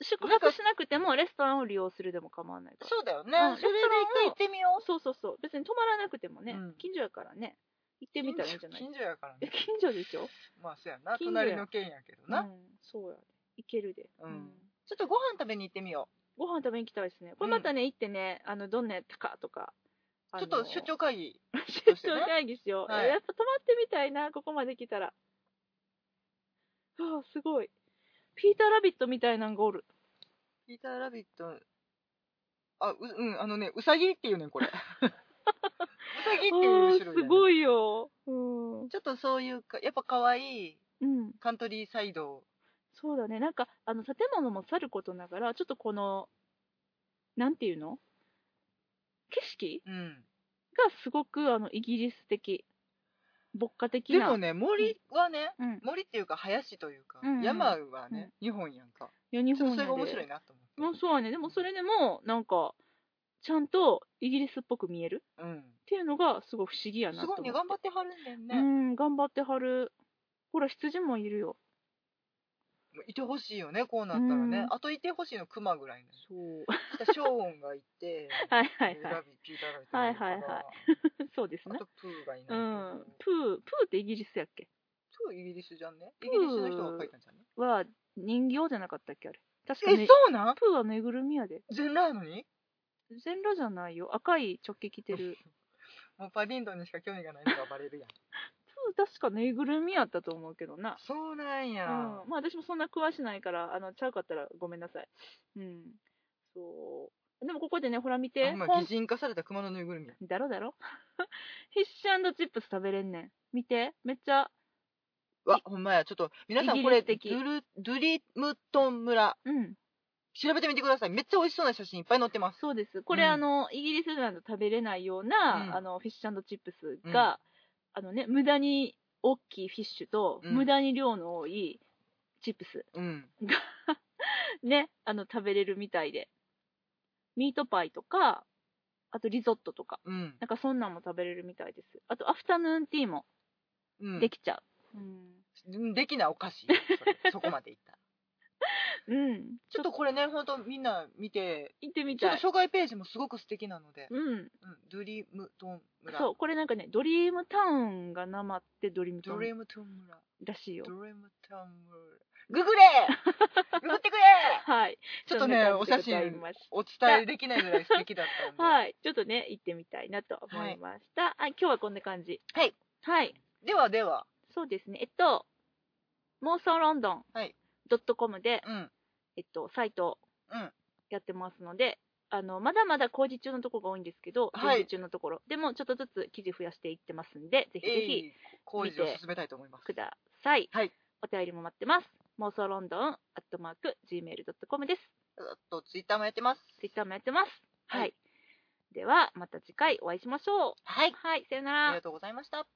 Speaker 1: 宿泊しなくてもレストランを利用するでも構わないから
Speaker 2: そうだよね。
Speaker 1: うん
Speaker 2: それで一回行ってみよう。
Speaker 1: そうそうそう別に泊まらなくてもね、
Speaker 2: うん
Speaker 1: 近所やからね行ってみたらいいんじゃない
Speaker 2: 近所やから
Speaker 1: え
Speaker 2: ね。
Speaker 1: 近所でしょ
Speaker 2: まあ、そうやな。
Speaker 1: 近所や
Speaker 2: 隣の県やけどな。
Speaker 1: うん、そうや行けるで、
Speaker 2: うんちょっとご飯食べに行ってみよ
Speaker 1: ご飯食べに行きたいですね。これまたね、行ってね、あの、どんなやったかとか。
Speaker 2: う。
Speaker 1: あ
Speaker 2: ちょ
Speaker 1: の
Speaker 2: っと出張会議。
Speaker 1: 出張会議しよう。
Speaker 2: はい
Speaker 1: やっぱ泊まってみたいな、ここまで来たら。わあ、すごい。ピーター・ラビットみたいなんがおる。
Speaker 2: ピーター・ラビットあ、う、うん、あのね、うさぎっていうねん、こ れ。うさぎって
Speaker 1: う
Speaker 2: い
Speaker 1: ん
Speaker 2: う種類、ね。
Speaker 1: すごいよ。うん。う
Speaker 2: ちょっとそういうか、やっぱ可愛い
Speaker 1: ん。
Speaker 2: カントリーサイド。
Speaker 1: そうだね。なんか、あの、建物もさることながら、ちょっとこの、なんていうの景色
Speaker 2: うん。
Speaker 1: がすごく、あの、イギリス的。牧歌的
Speaker 2: で
Speaker 1: な。
Speaker 2: もね、森はね、
Speaker 1: うん。
Speaker 2: 森っていうか林というか、
Speaker 1: うんうん
Speaker 2: 山はね、日本やんか。
Speaker 1: いや、日
Speaker 2: ちょっ
Speaker 1: 本
Speaker 2: とそれが面白い
Speaker 1: で。
Speaker 2: なと
Speaker 1: も
Speaker 2: 思
Speaker 1: う
Speaker 2: って。
Speaker 1: そうやね。でもそれでも、なんか、ちゃんとイギリスっぽく見える
Speaker 2: うん。
Speaker 1: っていうのが、すごい不思議やな
Speaker 2: す
Speaker 1: と思
Speaker 2: ご
Speaker 1: っ
Speaker 2: い
Speaker 1: て。
Speaker 2: ね、頑張ってはるんだよ
Speaker 1: う
Speaker 2: ね。
Speaker 1: ん、頑張ってはる。ほら、羊もいるよ。
Speaker 2: いてほしいよね、こうなったら
Speaker 1: う
Speaker 2: ね。
Speaker 1: ん
Speaker 2: あといてほしいの、熊ぐらいね。
Speaker 1: そう。
Speaker 2: そしたらショーンがいて、
Speaker 1: はいはい
Speaker 2: ラ
Speaker 1: は
Speaker 2: ビピーターがいて、
Speaker 1: はいはいはいい。 そうです
Speaker 2: あ
Speaker 1: ね
Speaker 2: と。プーがいないと
Speaker 1: う
Speaker 2: 思う。
Speaker 1: ん。プー、プーってイギリスやっけ
Speaker 2: 超イギリスじゃんね。イ
Speaker 1: ー
Speaker 2: ギリスの人が書いたんじゃんね。
Speaker 1: は人形じゃなかったっけあれ。確か
Speaker 2: え、
Speaker 1: に、
Speaker 2: そうなん
Speaker 1: プーはぬいぐるみやで。
Speaker 2: 全裸やのに
Speaker 1: 全裸じゃないよ。赤い直帰着てる。
Speaker 2: もうパディントンにしか興味がないのがバレるやん。
Speaker 1: プー確かぬいぐるみやったと思うけどな。
Speaker 2: そうなん
Speaker 1: う
Speaker 2: や。
Speaker 1: ん。まあ私もそんな詳しないから、あの、ちゃうかったらごめんなさい。うん。そう。でもここでね、ほら見て。
Speaker 2: あんま
Speaker 1: ほん
Speaker 2: 擬人化された熊のぬいぐるみや。
Speaker 1: だろだろ フィッシュチップス食べれんねん。見て。めっちゃ。
Speaker 2: わ、ほんまや。ちょっと、皆さんこれ、
Speaker 1: イギ
Speaker 2: ド
Speaker 1: リス的
Speaker 2: ゥル、ドゥリムトン村。
Speaker 1: うん。
Speaker 2: 調べてみてください。めっちゃ美味しそうな写真いっぱい載ってます。
Speaker 1: そうです。これ、
Speaker 2: うん
Speaker 1: あの、イギリスでなんと食べれないような、
Speaker 2: うん
Speaker 1: あの、フィッシュチップスが、あのね、無駄に大きいフィッシュと、
Speaker 2: うん
Speaker 1: 無駄に量の多いチップス
Speaker 2: うん。
Speaker 1: が、ね、あの、食べれるみたいで。ミートパイとか、あとリゾットとか、
Speaker 2: うん。
Speaker 1: なんかそんなんも食べれるみたいです。あと、アフタヌーンティーも
Speaker 2: うん。
Speaker 1: できちゃう。うん。
Speaker 2: できないお菓子。そ れそこまでいったら。
Speaker 1: うん。
Speaker 2: ちょっとこれね、ほんとみんな見て、
Speaker 1: 行ってみ
Speaker 2: ちょ
Speaker 1: た
Speaker 2: っ
Speaker 1: い。
Speaker 2: と紹介ページもすごく素敵なので、
Speaker 1: うん。
Speaker 2: うん、ドゥリムトン村。
Speaker 1: そう、これなんかね、ドリームタウンがなまってドリームタ
Speaker 2: ド
Speaker 1: ウ
Speaker 2: リ
Speaker 1: ン
Speaker 2: ムトン村。
Speaker 1: らしいよ。
Speaker 2: ドリムトン村。ググれググってくれ
Speaker 1: はい。
Speaker 2: ちょっとね、
Speaker 1: そ
Speaker 2: お写
Speaker 1: んな感じ
Speaker 2: 真
Speaker 1: でございます
Speaker 2: お伝えできないぐらい素敵だったん で。
Speaker 1: はい。ちょっとね、行ってみたいなと思いました。あ、今日はこんな感じ。
Speaker 2: はい。
Speaker 1: はい。
Speaker 2: ではでは、
Speaker 1: そうですね。えっと、妄想ロンドン
Speaker 2: はい。
Speaker 1: ドットコムで、
Speaker 2: うん。
Speaker 1: えっと、サイト
Speaker 2: うん
Speaker 1: やってますので、あの、まだまだ工事中のところが多いんですけど、
Speaker 2: は
Speaker 1: 準備
Speaker 2: い
Speaker 1: 中のところ。でも、ちょっとずつ記事増やしていってますんで、ぜひぜ
Speaker 2: え
Speaker 1: ひ
Speaker 2: い、工事を進めたいと思います。
Speaker 1: ください。
Speaker 2: はい。
Speaker 1: お便りも待ってます。妄想ロンドンアットマーク Gmail.com です。
Speaker 2: あと、ツイッターもやってます。
Speaker 1: ツイッターもやってます。
Speaker 2: はい
Speaker 1: はい、では、また次回お会いしましょう。
Speaker 2: はい。
Speaker 1: はい、さよなら
Speaker 2: ありが。とうございました。